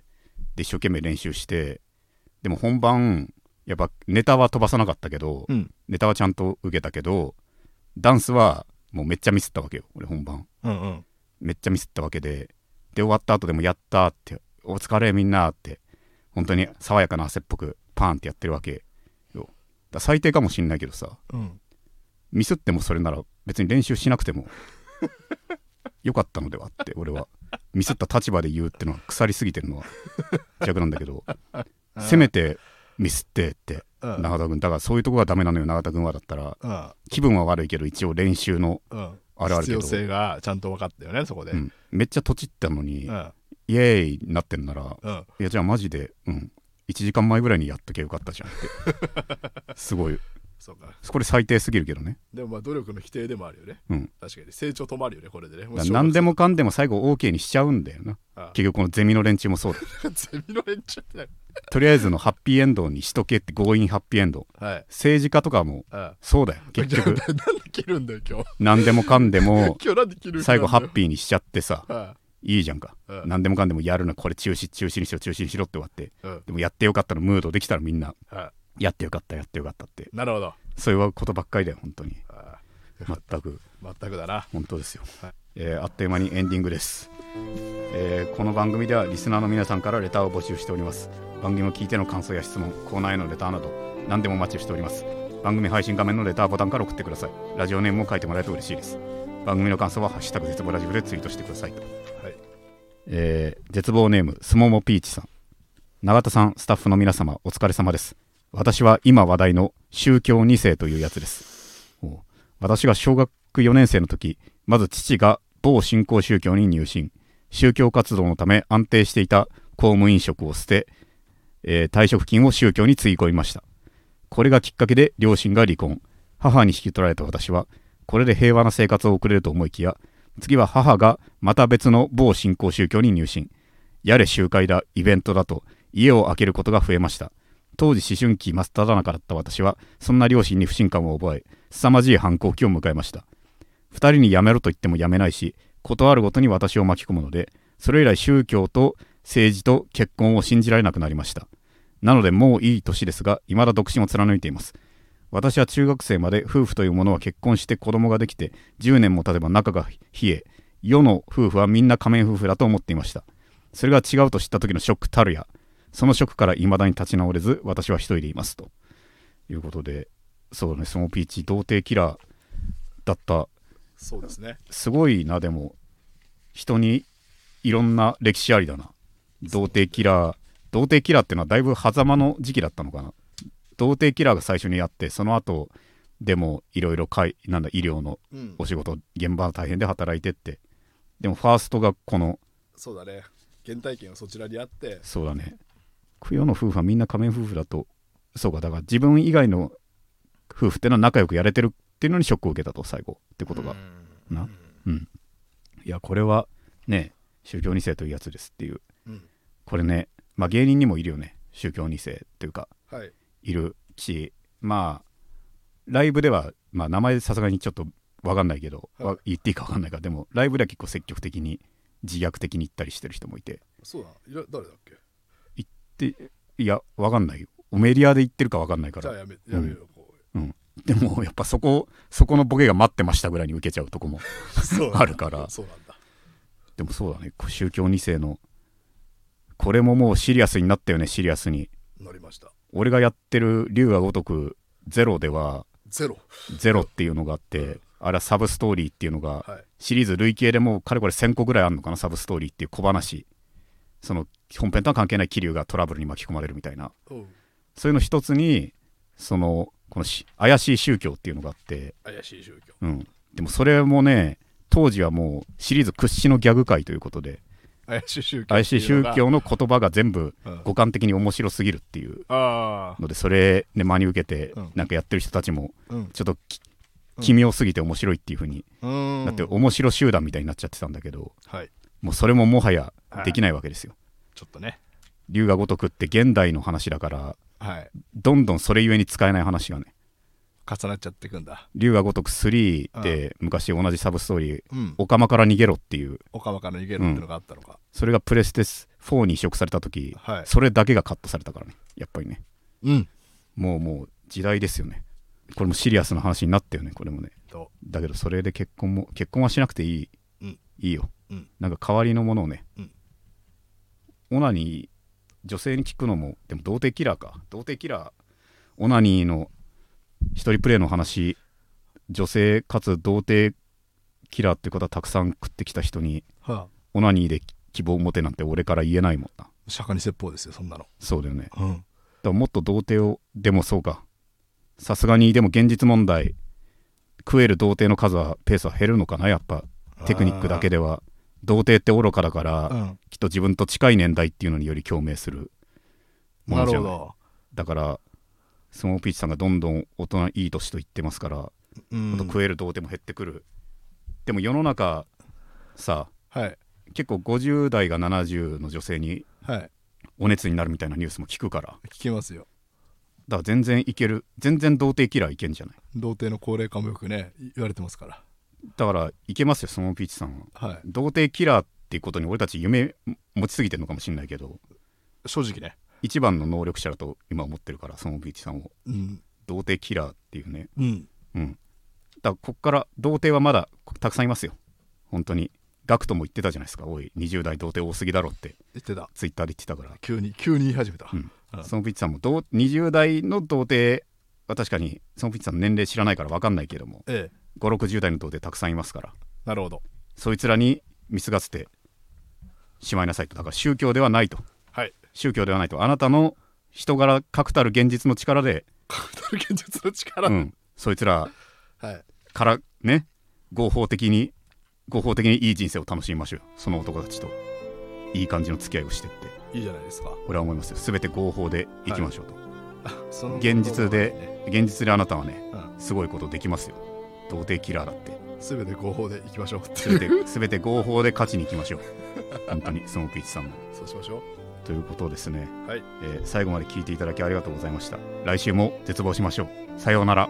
S1: で一生懸命練習してでも本番やっぱネタは飛ばさなかったけど、
S2: うん
S1: ネタはちゃんと受けたけどダンスはもうめっちゃミスったわけよ俺本番
S2: うんうん
S1: めっちゃミスったわけでで終わった後でも「やった」って「お疲れみんな」って本当に爽やかな汗っぽくパーンってやってるわけよだ最低かもしんないけどさ
S2: うん
S1: ミスってもそれなら別に練習しなくてもよかったのではって俺はミスった立場で言うってのは腐りすぎてるのは弱なんだけどせめてミスってって
S2: うん
S1: 永田君だからそういうとこがダメなのよ永田君はだったら
S2: うん
S1: 気分は悪いけど一応練習の、
S2: うん
S1: あるある
S2: 必
S1: けど
S2: 要性がちゃんと分かったよねそこで
S1: う
S2: うん
S1: ん、めっちゃとちったのに、
S2: うん
S1: イエーイになってんなら
S2: うん
S1: いやじゃあマジでうん1時間前ぐらいにやっときゃよかったじゃんってすごい
S2: そうか
S1: これ最低すぎるけどね
S2: でもまあ努力の否定でもあるよね
S1: うん
S2: 確かに成長止まるよねこれでねもう
S1: だ
S2: 小学生
S1: 何でもかんでも最後 OK にしちゃうんだよな
S2: ああ
S1: *laughs* 結局このゼミの連中もそうだ
S2: *laughs* ゼミの連中って
S1: とりあえずのハッピーエンドにしとけって強引ハッピーエンド
S2: はい
S1: 政治家とかも
S2: うん
S1: そう
S2: *laughs*
S1: だよ結局
S2: じゃあなんで切るんだよ今
S1: *laughs*
S2: 日
S1: 何でもかんで
S2: *laughs*
S1: も
S2: 今日なんで切るんだよ
S1: 最後ハッピーにしちゃってさ
S2: はい
S1: いじゃんか
S2: うん
S1: 何でもかんでもやるなこれ中止中止にしろ中止にしろって終わって
S2: いうん
S1: でもやってよかったのムードできたらみんな
S2: は
S1: やってよかったやってよかったって
S2: いなるほど
S1: そういうことばっかりだよ本当に
S2: ああ
S1: 全く
S2: 全くだな
S1: 本当ですよ、
S2: はい
S1: えーあっという間にエンディングです、えーこの番組ではリスナーの皆さんからレターを募集しております番組を聞いての感想や質問コーナーへのレターなど何でもお待ちしております番組配信画面のレターボタンから送ってくださいラジオネームを書いてもらえると嬉しいです番組の感想は「ハッシュタグ絶望ラジオ」でツイートしてくださいと、
S2: はい
S1: えー絶望ネームすももピーチさん永田さんスタッフの皆様お疲れ様です私は今話題の宗教2世というやつですおう私が小学4年生の時まず父が某新興宗教に入信宗教活動のため安定していた公務員職を捨て、えー退職金を宗教につぎ込みましたこれがきっかけで両親が離婚母に引き取られた私はこれで平和な生活を送れると思いきや次は母がまた別の某新興宗教に入信やれ集会だイベントだと家を空けることが増えました当時思春期真っ只中だった私はそんな両親に不信感を覚え凄まじい反抗期を迎えました2人にやめろと言ってもやめないし断るごとに私を巻き込むのでそれ以来宗教と政治と結婚を信じられなくなりましたなのでもういい年ですが未だ独身を貫いています私は中学生まで夫婦というものは結婚して子供ができて10年も経てば仲が冷え世の夫婦はみんな仮面夫婦だと思っていましたそれが違うと知った時のショックたるやそのショックから未だに立ち直れず私は一人でいますということでそうねスモーピーチ童貞キラーだった
S2: そうですね
S1: すごいなでも人にいろんな歴史ありだな童貞キラー童貞キラーっていうのはだいぶ狭間の時期だったのかな童貞キラーが最初にやってその後でもいろいろなんだ医療の
S2: うん
S1: お仕事現場は大変で働いてってでもファーストがこの
S2: そうだね原体験はそちらにあって
S1: そうだね供養の夫婦はみんな仮面夫婦だとそうかだから自分以外の夫婦ってのは仲良くやれてるっていうのにショックを受けたと最後ってことが
S2: うん
S1: なうんいやこれはね宗教2世というやつですっていう
S2: うん
S1: これねまあ芸人にもいるよね宗教2世というか
S2: はい
S1: いるしまあライブでは、まあ、名前さすがにちょっと分かんないけど、
S2: はい
S1: わ言っていいか分かんないからでもライブでは結構積極的に自虐的に言ったりしてる人もいて
S2: そうだいろ誰だっけ
S1: でいや分かんないよメディアで言ってるか分かんないか
S2: じゃあ
S1: ら、
S2: やめやめようこ
S1: うん、でもやっぱそこそこのボケが待ってましたぐらいに受けちゃうとこも
S2: うそうなんだ
S1: あるから
S2: そうなんだ
S1: でもそうだね宗教2世のこれももうシリアスになったよねシリアスに
S2: 乗りました
S1: 俺がやってる「龍が如くゼロ」では
S2: ゼロ
S1: ゼロっていうのがあってあれはサブストーリーっていうのが
S2: はい
S1: シリーズ累計でもうかれこれ1000個ぐらいあるのかなサブストーリーっていう小話その本編とは関係ない桐生がトラブルに巻き込まれるみたいな
S2: うん
S1: そういうの一つにそのこのし怪しい宗教っていうのがあって、
S2: 怪しい宗教
S1: うん、でもそれもね当時はもうシリーズ屈指のギャグ界ということで
S2: 怪しい宗教
S1: 怪しい宗教の言葉が全部
S2: うん
S1: 五感的に面白すぎるっていう
S2: ああ
S1: のでそれね真に受けて
S2: うん
S1: なんかやってる人たちも
S2: うん
S1: ちょっとき
S2: うん
S1: 奇妙すぎて面白いっていう風に
S2: うん
S1: だって面白集団みたいになっちゃってたんだけど、
S2: はい
S1: もうそれももはやできないわけですよ。
S2: ちょっとね
S1: 龍が如くって現代の話だから
S2: はい
S1: どんどんそれゆえに使えない話がね
S2: 重なっちゃっていくんだ
S1: 龍が如く3で昔同じサブストーリー
S2: うん
S1: 「オカマから逃げろ」っていう
S2: 岡若の逃げるっていうのがあったのか
S1: それがプレステス4に移植された時、
S2: はい
S1: それだけがカットされたからねやっぱりね
S2: うん
S1: もうもう時代ですよねこれもシリアスな話になったよねこれもね
S2: と
S1: だけどそれで結婚も結婚はしなくていい、
S2: うん
S1: いいよ
S2: うん
S1: なんか代わりのものをね、
S2: うん
S1: オナニー女性に聞くのもでも童貞キラーか童貞キラーオナニーの一人プレイの話女性かつ童貞キラーってことはたくさん食ってきた人に
S2: は
S1: オナニーで希望を持てなんて俺から言えないもんな
S2: あ釈迦に説法ですよそんなの
S1: そうだよね
S2: うん
S1: だからもっと童貞をでもそうかさすがにでも現実問題食える童貞の数はペースは減るのかなやっぱテクニックだけでは童貞って愚かだから、
S2: うん
S1: きっと自分と近い年代っていうのにより共鳴するもの
S2: なる
S1: じゃ
S2: ほ
S1: ない
S2: ど
S1: だからスモーピーチさんがどんどん大人いい年と言ってますから、
S2: うん
S1: あと食える童貞も減ってくるでも世の中さ
S2: はい
S1: 結構50代が70の女性に
S2: はい
S1: お熱になるみたいなニュースも聞くから
S2: 聞きますよ
S1: だから全然いける全然童貞キラーいけんじゃない
S2: 童貞の高齢化もよくね言われてますから
S1: だからいけますよスモーピーチさんは
S2: はい
S1: 童貞キラーっていうことに俺たち夢持ちすぎてるのかもしれないけど
S2: 正直ね
S1: 一番の能力者だと今思ってるからスモーピーチさんを
S2: うん
S1: 童貞キラーっていうね
S2: うん
S1: うんだからこっから童貞はまだたくさんいますよ本当にガクトも言ってたじゃないですかおい20代童貞多すぎだろって
S2: 言ってた
S1: ツイッターで言ってたから
S2: 急に急に言い始めた、
S1: うん
S2: うん
S1: スモーピーチさんもどう20代の童貞は確かにスモーピーチさんの年齢知らないから分かんないけども
S2: ええ
S1: 560代の童貞たくさんいますから
S2: なるほど
S1: そいつらに見すがせてしまいなさいとだから宗教ではないと
S2: はい
S1: 宗教ではないとあなたの人柄確たる現実の力で、
S2: 確たる現実の力、
S1: うん、そいつら
S2: はい
S1: からね合法的に合法的にいい人生を楽しみましょうよその男たちといい感じの付き合いをしてって
S2: いいじゃないですか *laughs*
S1: 俺は思いますよ全て合法でいきましょうと、
S2: その
S1: 現実で現実であなたはね
S2: うん
S1: すごいことできますよ童貞キラーだって
S2: 全て合法でいきましょうってい
S1: 全
S2: う *laughs*
S1: て全て合法で勝ちに行きましょう本当にそのピーチさんも
S2: そうしましょ
S1: ということですね
S2: うはい
S1: えー最後まで聞いていただきありがとうございました来週も絶望しましょうさようなら